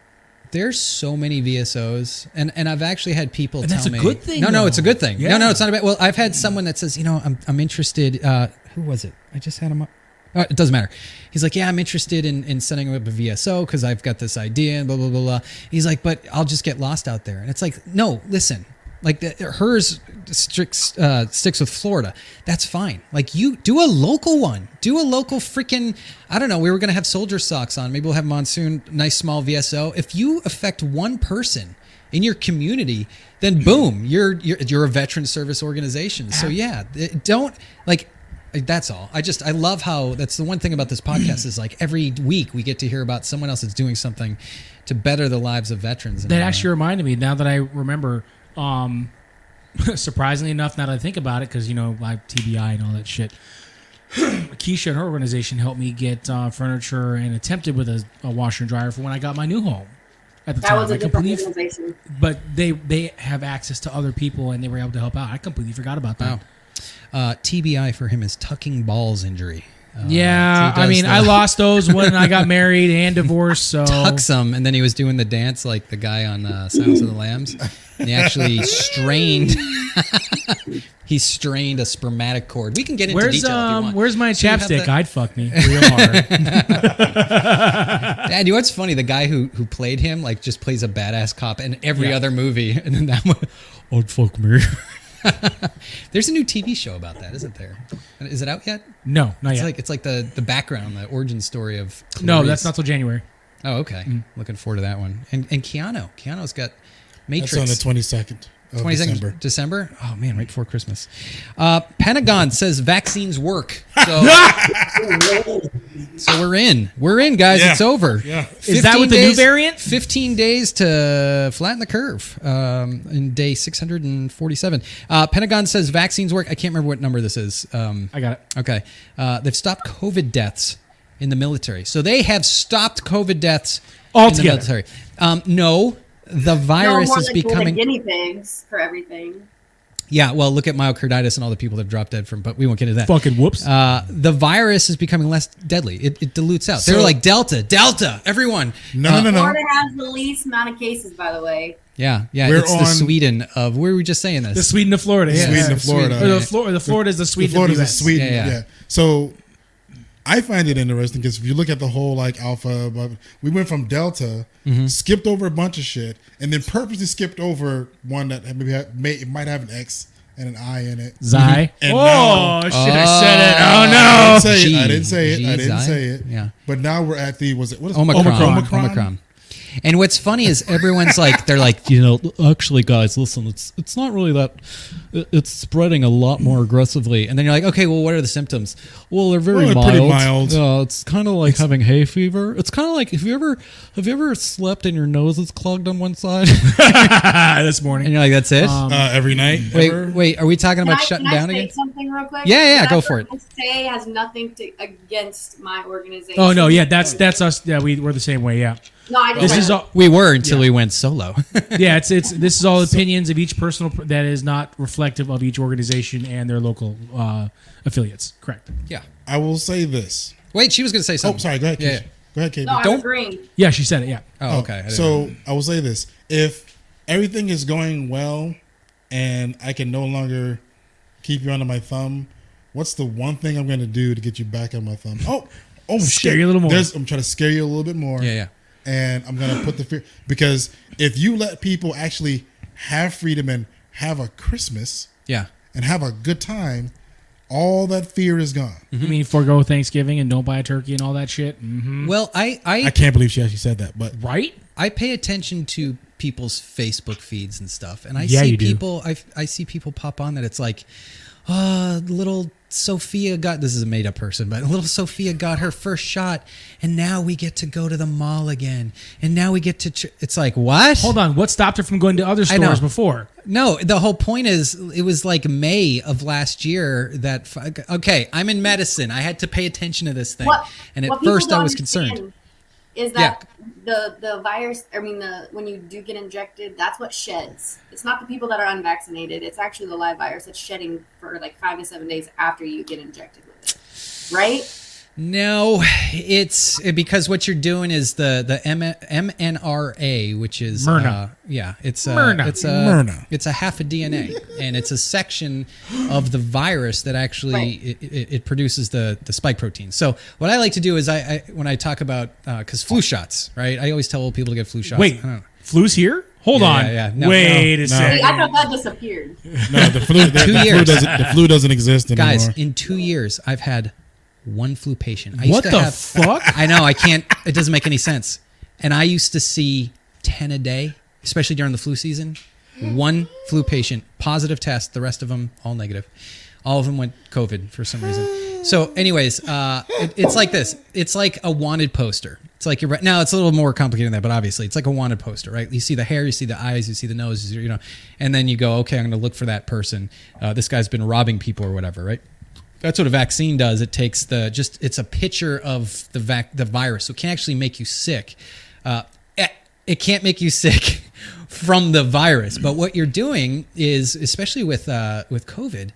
S1: There's so many VSOs, and and I've actually had people
S2: And
S1: tell
S2: that's a
S1: me
S2: good thing,
S1: No, no, it's a
S2: though.
S1: good thing. No, no,
S2: Yeah.
S1: it's not a bad. Well, I've had someone that says, you know, I'm I'm interested. Uh, who was it? I just had him up. Uh, it doesn't matter. He's like, yeah, I'm interested in, in setting up a VSO because I've got this idea and blah blah blah blah. He's like, but I'll just get lost out there. And it's like, no, listen, like the, hers sticks uh, sticks with Florida. That's fine. Like you do a local one. Do a local freaking. I don't know. We were gonna have soldier socks on. Maybe we'll have monsoon. Nice small VSO. If you affect one person in your community, then boom, you're you're, you're a veteran service organization. So yeah, th- don't like. That's all. I just I love how that's the one thing about this podcast is like every week we get to hear about someone else that's doing something to better the lives of veterans. and,
S2: That
S1: uh,
S2: actually reminded me now that I remember. Um, [laughs] surprisingly enough, now that I think about it, because you know, like TBI and all that shit. [clears throat] Keisha and her organization helped me get uh, furniture and attempted with a, a washer and dryer for when I got my new home. At the
S4: That
S2: time,
S4: was a
S2: I
S4: different
S2: completely,
S4: organization.
S2: but they they have access to other people and they were able to help out. I completely forgot about that. Um,
S1: Wow. Uh, TBI for him is tucking balls injury. Uh,
S2: Yeah,
S1: he
S2: I
S1: does
S2: mean,
S1: the-
S2: I lost those when I [laughs] got married and divorced. So
S1: tucks him, and then he was doing the dance like the guy on uh, Silence of the Lambs. And he
S2: [laughs]
S1: actually strained. [laughs] he strained a spermatic cord. We can get into
S2: where's
S1: detail if you
S2: um
S1: want.
S2: where's my
S1: So you have
S2: chapstick?
S1: the-
S2: I'd fuck me real [laughs] hard.
S1: Dad, you know what's funny? The guy who who played him like just plays a badass cop in every other movie, [laughs] and then that one, oh fuck me. There's a new TV show about that, isn't there? Is it out yet?
S2: no, not
S1: It's
S2: yet.
S1: like it's like the the background, the origin story of.
S2: no,
S1: Clarice.
S2: that's not Mm. till January.
S1: Oh, okay. Looking forward to that one. And and Keanu, Keanu's got Matrix.
S3: That's on the twenty second of
S1: 22nd
S3: December.
S1: December. Oh man, right before Christmas. Uh, Pentagon says vaccines
S3: [laughs]
S1: work. So, so we're in. We're in, guys.
S3: Yeah.
S1: It's over.
S3: Yeah.
S2: Is that
S1: 15
S2: with the new variant?
S1: Fifteen days to flatten the curve. Um, in day six hundred and forty-seven, uh, Pentagon says vaccines work. I can't remember what number this is. Um,
S2: I got it.
S1: Okay. Uh, they've stopped COVID deaths in the military. So they have stopped COVID deaths
S2: Altogether.
S1: in the military. Um, no, the
S4: No
S1: virus
S4: more
S1: is
S4: like we're the
S1: becoming.
S4: guinea pigs for everything.
S1: Yeah, well, look at myocarditis and all the people that have dropped dead from, but we won't get into that.
S2: Fucking whoops.
S1: Uh, the virus is becoming less deadly. It, it dilutes out. they were
S3: So-
S1: like Delta, Delta, everyone. Uh,
S3: No, no, no,
S4: Florida
S3: no.
S4: has the least amount of cases, by the way.
S1: Yeah, yeah.
S3: We're
S1: it's the
S3: on-
S1: Sweden of. Where were we just saying this?
S2: the Sweden of Florida. Yeah.
S3: Sweden
S2: yeah.
S3: of Florida.
S2: Or the, Flor- the Florida is the
S3: The
S2: Sweden.
S3: Florida
S2: of
S3: is
S2: US.
S3: Sweden.
S1: Yeah,
S3: Yeah,
S1: yeah.
S3: So I find it interesting because if you look at the whole like alpha, blah, blah, we went from delta,
S1: Mm-hmm.
S3: skipped over a bunch of shit, and then purposely skipped over one that had- maybe had, may, it might have an X and an I in it.
S2: Zai.
S3: [laughs] And
S2: oh
S3: now-
S2: shit! I said it.
S1: Uh,
S2: Oh
S3: I
S2: no.
S3: didn't say it. I
S1: Gee,
S3: didn't say it. I
S1: geez,
S3: didn't
S1: I-
S3: say it.
S1: yeah.
S3: But now we're at the was it what is it?
S1: Omicron.
S2: Omicron.
S1: Omicron. And what's funny is everyone's like, they're like, you know, actually, guys, listen, it's it's not really that, it's spreading a lot more aggressively. And then you're like, okay, well, what are the symptoms? Well, they're very
S3: Well, they're
S1: mild.
S3: pretty mild.
S1: Uh, it's kind of like having hay fever. It's kind of like have you ever have you ever slept and your nose is clogged on one side? [laughs]
S2: [laughs] this
S1: and
S2: morning.
S1: you're like, that's it.
S3: Uh, every night.
S1: wait,
S3: ever?
S1: wait, are we talking
S4: Can
S1: about
S4: I-
S1: shutting
S4: can I
S1: down
S4: say
S1: again?
S4: Something real quick.
S1: Yeah, yeah, yeah,
S4: That's
S1: go for it.
S4: what I say has nothing to against my organization.
S2: Oh no. Yeah. That's that's us. Yeah. We we're the same way. Yeah.
S4: No,
S3: Oh,
S4: I just
S2: This is all.
S1: We were until we went solo. [laughs]
S2: yeah, it's it's this is all opinions of each personal pr- that is not reflective of each organization and their local uh, affiliates. Correct.
S1: yeah.
S3: I will say this.
S1: Wait, she was going to say
S3: Oh,
S1: something.
S3: sorry. Go ahead.
S1: Um, Yeah.
S3: Keisha. Go ahead, KB.
S4: No, I'm
S1: Don't-
S4: agreeing.
S2: Yeah, she said it. Yeah.
S1: Oh, okay. I didn't know.
S3: So I will say this: if everything is going well, and I can no longer keep you under my thumb, what's the one thing I'm going to do to get you back on my thumb? Oh, oh,
S2: Scare
S3: shit.
S2: you a little more.
S3: There's, I'm trying to scare you a little bit more.
S1: Yeah, yeah.
S3: And I'm going to put the fear because if you let people actually have freedom and have a Christmas
S1: yeah.
S3: and have a good time, all that fear is gone.
S1: Mm-hmm.
S2: You mean forego Thanksgiving and don't buy a turkey and all that shit? hmm
S1: Well, I, I
S3: mm-hmm. I can't believe she actually said that, but
S2: Right?
S1: I pay attention to people's Facebook feeds and stuff, and I
S2: Yeah,
S1: see
S2: you do.
S1: people. I I see people pop on that it's like, uh, little Sophia got this is a made up person, but little Sophia got her first shot, and now we get to go to the mall again, and now we get to. Ch- it's like what?
S2: Hold on. What stopped her from going to other
S1: I know.
S2: stores before?
S1: No, the whole point is it was like May of last year that fi- okay, I'm in medicine. I had to pay attention to this thing,
S4: What,
S1: and at
S4: what people
S1: first I
S4: don't
S1: was concerned.
S4: understand Is that the the virus? I mean, the when you do get injected, that's what sheds. It's not the people that are unvaccinated. It's actually the live virus that's shedding for like five to seven days after you get injected with it, right?
S1: No, it's because what you're doing is the the M- MNRA, which is
S2: Myrna.
S1: Uh, yeah, it's a,
S2: Myrna.
S1: It's a
S3: Myrna.
S1: It's a half a DNA, and it's a section of the virus that actually
S4: Right.
S1: it, it, it produces the the spike protein. So what I like to do is I, I when I talk about because flu shots, right? I always tell old people to get flu shots. I
S2: Wait,
S1: don't know.
S2: flu's here? Hold
S1: Yeah,
S2: on.
S1: yeah, yeah. No,
S2: Wait a
S4: Hey,
S2: second.
S4: I thought that disappeared.
S3: no, the flu, the,
S1: [laughs] Two
S3: the flu
S1: years.
S3: doesn't the flu doesn't exist anymore.
S1: guys in two years i've had one flu patient I
S2: What
S1: used to
S2: the
S1: have,
S2: fuck?
S1: [laughs] i know i can't it doesn't make any sense and i used to see 10 a day especially during the flu season one flu patient positive test the rest of them all negative all of them went covid for some reason so anyways uh, it- it's like this it's like a wanted poster it's like you're right now it's a little more complicated than that but obviously it's like a wanted poster right you see the hair you see the eyes you see the nose you know and then you go okay i'm going to look for that person uh, this guy's been robbing people or whatever right that's what a vaccine does. It takes the just it's a picture of the vac the virus, so it can actually make you sick. Uh, eh, it can't make you [laughs] sick from the virus, but what you're doing is, especially with uh, with COVID,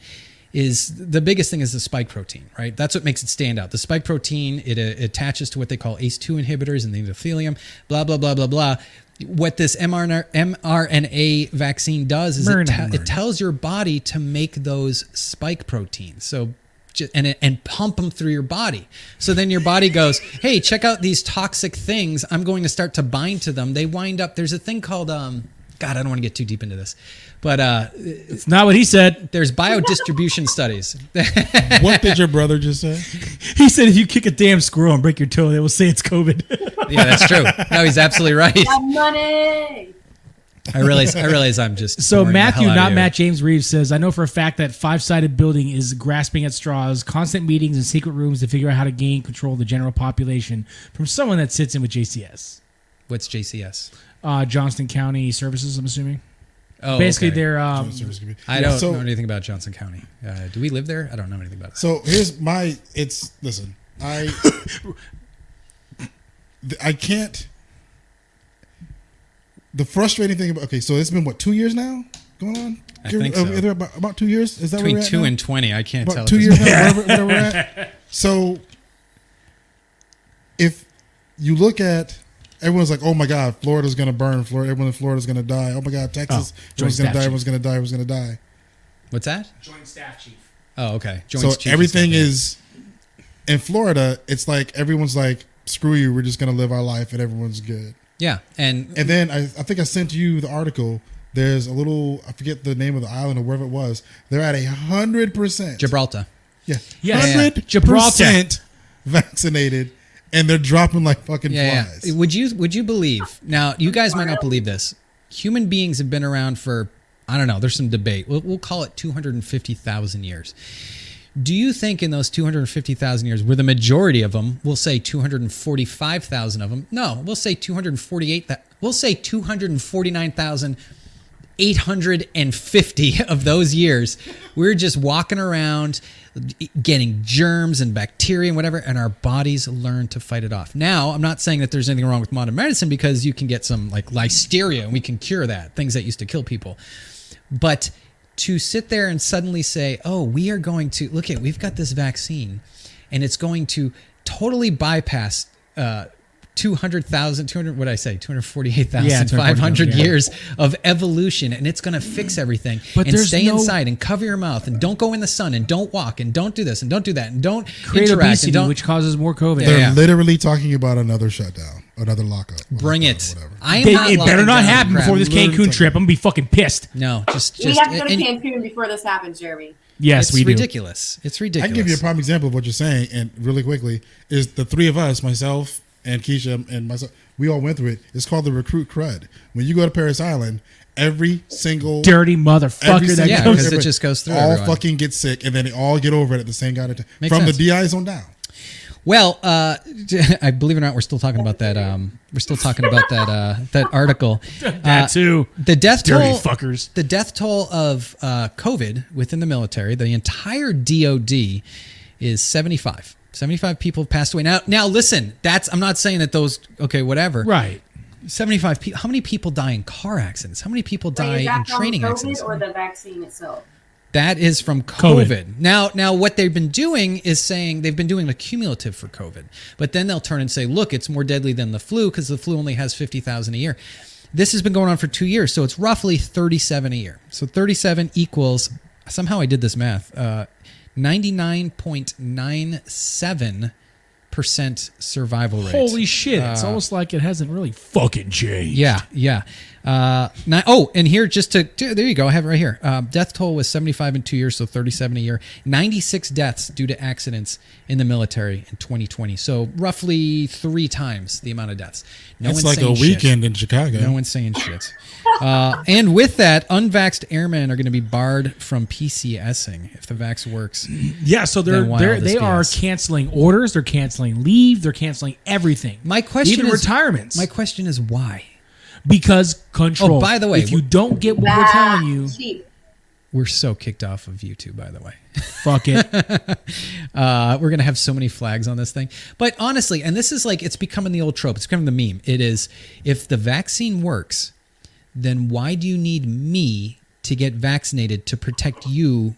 S1: is the biggest thing is the spike protein, right? That's what makes it stand out. The spike protein it uh, attaches to what they call ACE2 inhibitors and the endothelium, blah blah blah blah blah. What this mRNA, mRNA vaccine does is it,
S2: Myrna,
S1: te-
S2: Myrna.
S1: it tells your body to make those spike proteins. So ju- and and pump them through your body. So then your body goes, "Hey, check out these toxic things. I'm going to start to bind to them." They wind up there's a thing called um God, I don't want to get too deep into this. But uh
S2: It's not what he said.
S1: there's biodistribution studies. [laughs]
S3: what did your brother just [laughs] say?
S2: He said if you kick a damn squirrel and break your toe, they will say it's COVID.
S1: yeah, that's true. No, he's absolutely right.
S4: Got Oh, money.
S1: I realize I realize I'm just
S2: So
S1: boring the
S2: Matthew,
S1: hell out of
S2: not
S1: you.
S2: Matt James Reeves, says, "I know for a fact that five-sided building is grasping at straws, constant meetings and secret rooms to figure out how to gain control of the general population from someone that sits in with JCS,
S1: What's JCS?
S2: uh, Johnston County Services. I'm assuming.
S1: Oh,
S2: Basically,
S1: okay.
S2: they're um,
S1: I don't
S3: so,
S1: know anything about Johnson County. Uh, do we live there? I don't know anything about it.
S3: So here's my. It's listen. I
S1: [laughs]
S3: th- I can't. The frustrating thing about okay, so it's been what two years now, going on? uh,
S1: I think so.
S3: Either about, about two years. Is that where
S1: Between
S3: we're at
S1: two
S3: now?
S1: and twenty, I can't tell.
S3: about
S1: at
S3: two
S1: this
S3: years
S1: point.
S3: now, wherever, wherever we're
S1: [laughs]
S3: at. So, if you look at everyone's like, "Oh my God, Florida's going to burn. Florida, everyone in Florida's going to die. Oh my God, Texas,
S2: Oh, joint
S3: everyone's going to
S2: statute.
S3: die. Everyone's going to die. Everyone's going to die."
S1: What's that?
S2: Joint staff chief.
S1: Oh, okay. Joint
S3: so
S1: Chiefs
S3: everything
S1: something.
S3: is in Florida. It's like everyone's like, "Screw you. We're just going to live our life, and everyone's good."
S1: yeah, and
S3: And then I, I think I sent you the article. There's a little I forget the name of the island or wherever it was. They're at a hundred percent.
S1: Gibraltar.
S3: Yeah.
S2: Yes.
S3: Hundred
S2: Gibraltar.
S3: percent vaccinated, and they're dropping like fucking
S1: Yeah,
S3: flies.
S1: yeah. Would you would you believe? Now, you guys might not believe this. Human beings have been around for I don't know. There's some debate. We'll, we'll call it 250,000 years. Do you think in those 250,000 years, where the majority of them, we'll say 245,000 of them, no, we'll say 248, we'll say 249,000 850 of those years, we are just walking around e, getting germs and bacteria and whatever, and our bodies learn to fight it off. Now, I'm not saying that there's anything wrong with modern medicine because you can get some like listeria and we can cure that, things that used to kill people. But to sit there and suddenly say, oh, we are going to look at, we've got this vaccine and it's going to totally bypass uh, 200,000, 200, what did I say, 248,000,
S2: Yeah,
S1: 500
S2: yeah.
S1: years of evolution and it's going to fix everything.
S2: But
S1: and
S2: there's
S1: stay
S2: no-
S1: inside and cover your mouth and don't go in the sun and don't walk and don't do this and don't do that and don't
S2: Create
S1: interact and
S2: obesity,
S1: don't
S2: which causes more COVID.
S3: they're
S1: Yeah.
S3: literally talking about another shutdown, another lockup. or
S1: bring
S3: lockdown or
S1: it.
S3: whatever.
S1: I am
S2: They-
S1: not
S2: it better
S1: locking
S2: not
S1: down
S2: happen
S1: crap.
S2: before this
S3: Learn
S2: Cancun
S3: something.
S2: trip. I'm gonna be fucking pissed.
S1: No, just
S4: We
S1: just
S4: have to go to
S1: and- and
S4: Cancun before this happens, Jeremy.
S2: Yes,
S1: it's
S2: we do.
S1: ridiculous. It's
S3: I
S1: ridiculous.
S3: can give you a prime example of what you're saying, and really quickly is the three of us, myself and Keisha and myself, we all went through it. It's called the recruit crud. When you go to Paris Island, every single
S2: Dirty
S3: every
S2: motherfucker that
S3: single-
S1: Yeah,
S2: comes.
S1: 'cause it just goes through
S3: All
S1: everyone.
S3: fucking get sick, and then they all get over it at the same goddamn time.
S1: Makes
S3: From
S1: sense.
S3: the DIs on down.
S1: Well, uh, [laughs] I believe it or not, we're still talking about that. Um, we're still talking about that uh, that article.
S2: [laughs] That
S1: Uh,
S2: too.
S1: The death
S2: Dirty
S1: toll,
S2: fuckers.
S1: The death toll of uh, COVID within the military, the entire DoD, is seventy five. Seventy five people have passed away. Now, now listen. That's I'm not saying that those. Okay, whatever.
S2: Right.
S1: 75 people. How many people die in car accidents? How many people
S4: Wait,
S1: die
S4: is
S1: in
S4: that from
S1: training
S4: COVID
S1: accidents?
S4: or the vaccine itself?
S1: That is from COVID.
S2: COVID.
S1: Now, now what they've been doing is saying they've been doing a cumulative for COVID, but then they'll turn and say, look, it's more deadly than the flu because the flu only has 50,000 a year. This has been going on for two years. So it's roughly 37 a year. So 37 equals, somehow I did this math, uh, 99.97% survival rate.
S2: Holy shit!
S1: Uh,
S2: it's almost like it hasn't really fucking changed.
S1: Yeah, yeah. Uh, ni- oh, and here just to, to- there you go. I have it right here. Um, death toll was 75 in two years, so 37 a year. 96 deaths due to accidents in the military in 2020. So roughly three times the amount of deaths. No
S3: It's
S1: one's
S3: like a
S1: saying shit.
S3: weekend in Chicago.
S1: No one's saying shit. Uh, and with that, unvaxxed airmen are going to be barred from PCSing if the vax works.
S2: Yeah, so they're,
S1: Then why all
S2: they're
S1: this
S2: they are
S1: BS?
S2: canceling orders, they're canceling leave, they're canceling everything.
S1: My question
S2: even
S1: is
S2: retirements,
S1: My question is why
S2: because control.
S1: Oh, by the way,
S2: if you don't get what we're
S4: Ah,
S2: telling you,
S4: cheap.
S1: we're so kicked off of YouTube. By the way.
S2: fuck it.
S1: [laughs] Uh, we're gonna have so many flags on this thing. But honestly, and this is like it's becoming the old trope. It's becoming the meme. It is if the vaccine works, then why do you need me to get vaccinated to protect you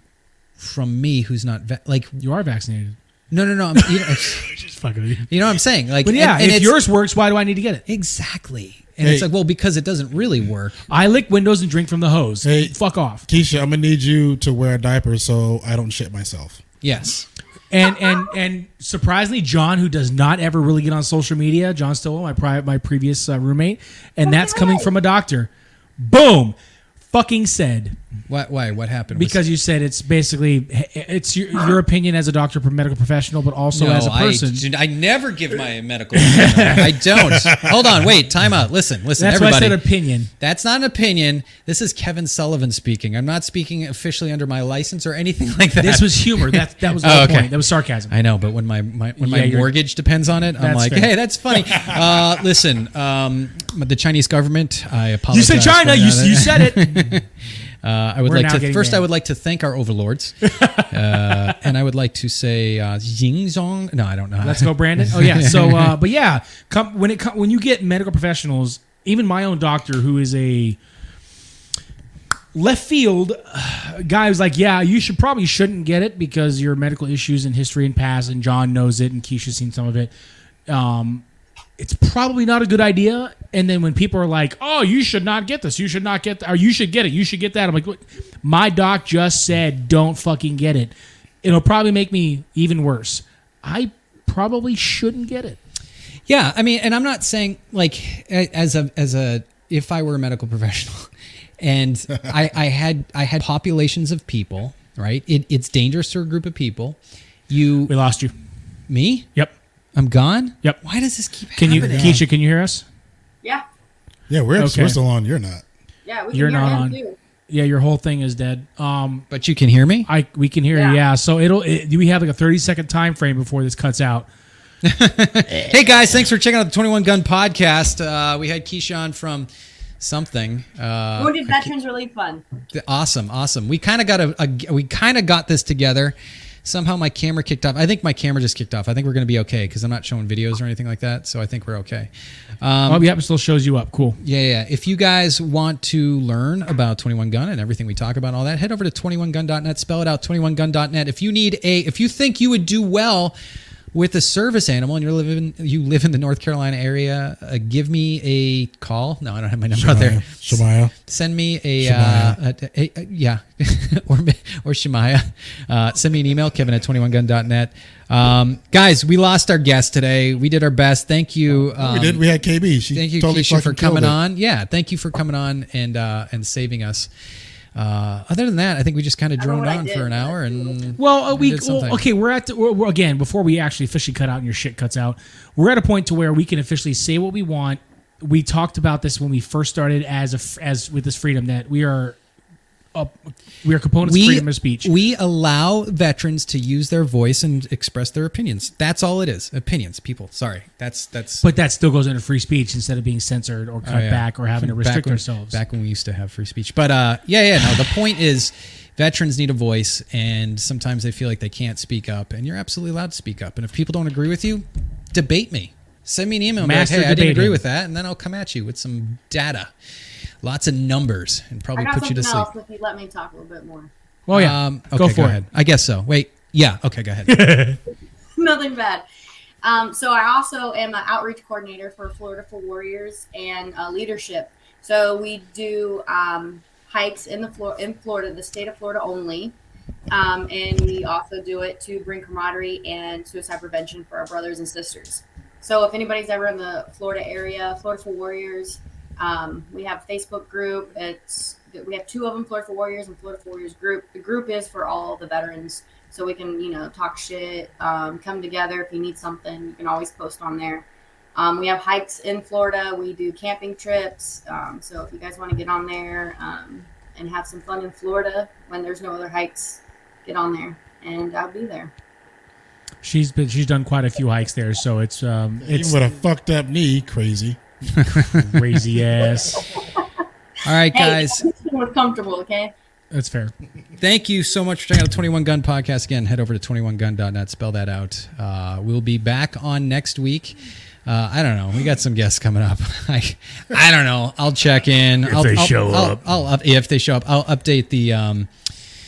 S1: from me who's not va- like
S2: You are vaccinated.
S1: no no no I'm, you, know, [laughs]
S2: Just fucking. with you.
S1: you know what I'm saying like
S2: But
S1: and-
S2: yeah,
S1: and
S2: if
S1: it's-
S2: yours works, why do I need to get it?
S1: exactly and it's
S3: Hey.
S1: like well because it doesn't really work
S2: I lick windows and drink from the hose.
S3: Hey.
S2: Fuck off.
S3: Keisha, I'm gonna need you to wear a diaper so I don't shit myself.
S1: yes
S2: And and and surprisingly, John, who does not ever really get on social media, John Stillwell, my pri- my previous uh, roommate, and that's coming from a doctor. Boom, fucking said.
S1: why why what happened Was-
S2: Because you said it's basically it's your, your opinion as a doctor, medical professional, but also
S1: No,
S2: as a
S1: I
S2: person.
S1: do- I, never give my
S2: [laughs]
S1: medical. opinion. I don't. Hold on, wait, time out. Listen, listen,
S2: That's why I
S1: everybody.
S2: said
S1: [laughs]
S2: opinion.
S1: That's not an opinion. This is Kevin Sullivan speaking. I'm not speaking officially under my license or anything [laughs] like that.
S2: This was humor. That that was
S1: Oh, [laughs]
S2: my
S1: okay.
S2: point. That was sarcasm.
S1: I know, but when my, my when
S2: Yeah,
S1: my
S2: you're-
S1: mortgage depends on it, I'm
S2: That's
S1: like,
S2: fair.
S1: hey, that's funny.
S2: [laughs]
S1: Uh, listen, um, the Chinese government. I
S2: you
S1: apologize.
S2: said
S1: for
S2: China. You,
S1: that.
S2: you said
S1: [laughs]
S2: it.
S1: Uh, I would
S2: We're
S1: like
S2: now
S1: to
S2: getting
S1: first. I
S2: banned.
S1: would like to thank our
S2: [laughs]
S1: overlords, uh, and I would like to say uh, Ying Zong. No, I don't know.
S2: Let's go, Brandon. Oh yeah.
S1: [laughs]
S2: So, uh, but yeah, come, when it com- when you get medical professionals, even my own doctor, who is a left field uh, guy was like, "Yeah, you should probably shouldn't get it because your medical issues and history and past, and John knows it, and Keisha's seen some of it. Um, it's probably not a good idea." And then when people are like, "Oh, you should not get this. You should not get, th- or you should get it. You should get that," I'm like, what? "My doc just said don't fucking get it. It'll probably make me even worse. I probably shouldn't get it."
S1: Yeah, I mean, and I'm not saying like a- as a as a if I were a medical [laughs] professional, and I, I had I had populations of people, right? It, it's dangerous to a group of people. You
S2: We lost you.
S1: me?
S2: Yep.
S1: I'm gone.
S2: Yep.
S1: Why does this keep
S2: Can you,
S1: happening?
S2: Keisha? Can you hear us?
S4: Yeah,
S3: Yeah, we're,
S2: Okay.
S3: we're still on. You're not.
S4: yeah. We can
S2: You're
S4: hear
S2: not
S4: him
S2: on.
S4: too.
S2: Yeah, your whole thing is dead. Um,
S1: But you can hear me.
S2: I we can hear
S4: Yeah.
S2: you. Yeah. So it'll it, we have like a thirty second time frame before this cuts out.
S1: Hey guys, thanks for checking out the 21 Gun Podcast. Uh, we had Keyshawn from something. Uh,
S4: Wounded Veterans Relief Fund.
S1: Th- Awesome, awesome. We kind of got a, a we kind of got this together. Somehow my camera kicked off. I think my camera just kicked off. I think we're going to be okay because I'm not showing videos or anything like that. So I think we're okay. Um,
S2: oh, yeah, it still shows you up. Cool.
S1: yeah, yeah. If you guys want to learn about 21 Gun and everything we talk about, and all that, head over to 21gun.net. Spell it out, 21gun.net. If you need a, if you think you would do well with a service animal and you're living, you live in the North Carolina area, uh, give me a call. No, I don't have my number out there.
S3: Shamaya.
S1: Send me a, uh, a, a- a- yeah, [laughs] or me- or Shemaya. Uh, send me an email, Kevin at 21gun.net. Um, guys, we lost our guest today. We did our best. Thank you. Um,
S3: we did. We had KB. She
S1: thank you
S3: totally
S1: Keisha for
S3: fucking killed
S1: coming
S3: it.
S1: on. Yeah, thank you for coming on and uh, and saving us. Uh, other than that, I think we just kind of
S4: know
S1: droned
S4: what I
S1: on
S4: did,
S1: for an
S4: but I
S1: hour
S4: feel
S1: and
S2: Well, uh,
S1: We
S2: we
S1: did
S2: well,
S1: something.
S2: okay. We're at the, we're, we're- again before we actually officially cut out and your shit cuts out. We're at a point to where we can officially say what we want. We talked about this when we first started as a f- as with this freedom that we are, up, we are components of
S1: we
S2: freedom of speech.
S1: we allow veterans to use their voice and express their opinions. That's all it is. Opinions, people. Sorry, that's that's
S2: but that still goes under free speech instead of being censored or cut
S1: Oh, yeah.
S2: back or having to restrict
S1: when,
S2: ourselves.
S1: Back when we used to have free speech, but uh, yeah, yeah. No, the point is, veterans need a voice, and sometimes they feel like they can't speak up, and you're absolutely allowed to speak up. And if people don't agree with you, debate me. Send me an email. and be Like,
S2: Master
S1: hey, I didn't
S2: debating.
S1: agree with that, and then I'll come at you with some data, lots of numbers, and
S4: I
S1: probably
S4: got
S1: put you
S4: something
S1: to sleep.
S4: else if you let me talk a little bit more.
S2: well, Oh, yeah,
S1: Um, okay,
S2: go for
S1: ahead.
S2: it.
S1: I guess so. Wait, yeah. Okay, go
S2: [laughs]
S1: ahead.
S4: [laughs] Nothing bad. Um, so I also am an outreach coordinator for Florida for Warriors and uh, leadership. So we do um, hikes in the Flor- in Florida, the state of Florida only, um, and we also do it to bring camaraderie and suicide prevention for our brothers and sisters. So if anybody's ever in the Florida area, Florida for Warriors, um, we have a Facebook group. It's we have two of them, Florida for Warriors and Florida for Warriors group. The group is for all the veterans so we can you know talk shit um, come together if you need something you can always post on there um, we have hikes in florida we do camping trips um, so if you guys want to get on there um, and have some fun in florida when there's no other hikes get on there and i'll be there
S2: She's been she's done quite a few hikes there, so it's um it's
S3: Even with a fucked up knee, crazy.
S2: crazy ass.
S1: all right, guys.
S4: [laughs] hey, we're comfortable okay
S2: That's fair.
S1: Thank you so much for checking out the 21 Gun Podcast. Again, head over to 21gun.net, spell that out. Uh, we'll be back on next week. Uh, I don't know. We got some guests coming up. [laughs] I, I don't know. I'll check in. If I'll,
S5: they
S1: I'll-
S5: show
S1: I'll-
S5: up.
S1: I'll up- yeah, if they show up, I'll update the. Um,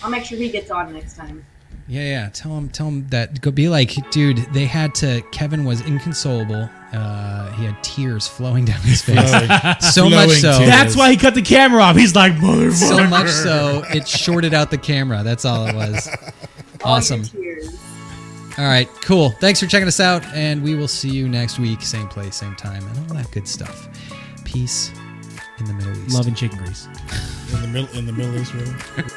S4: i'll make sure he gets on next time
S1: yeah, yeah. Tell them, tell them that. Go be like, dude. They had to. Kevin was inconsolable. Uh, he had tears flowing down his face.
S3: Uh,
S1: so much
S3: Flowing
S1: so.
S3: tears.
S2: That's why he cut the camera off. He's like,
S1: So
S2: motherfucker.
S1: much so, it shorted out the camera. That's all it was.
S4: All your
S1: Awesome.
S4: tears.
S1: All right, cool. Thanks for checking us out, and we will see you next week, same place, same time, and all that good stuff. Peace in the Middle East.
S2: Loving chicken grease.
S3: in the middle in the Middle East, really.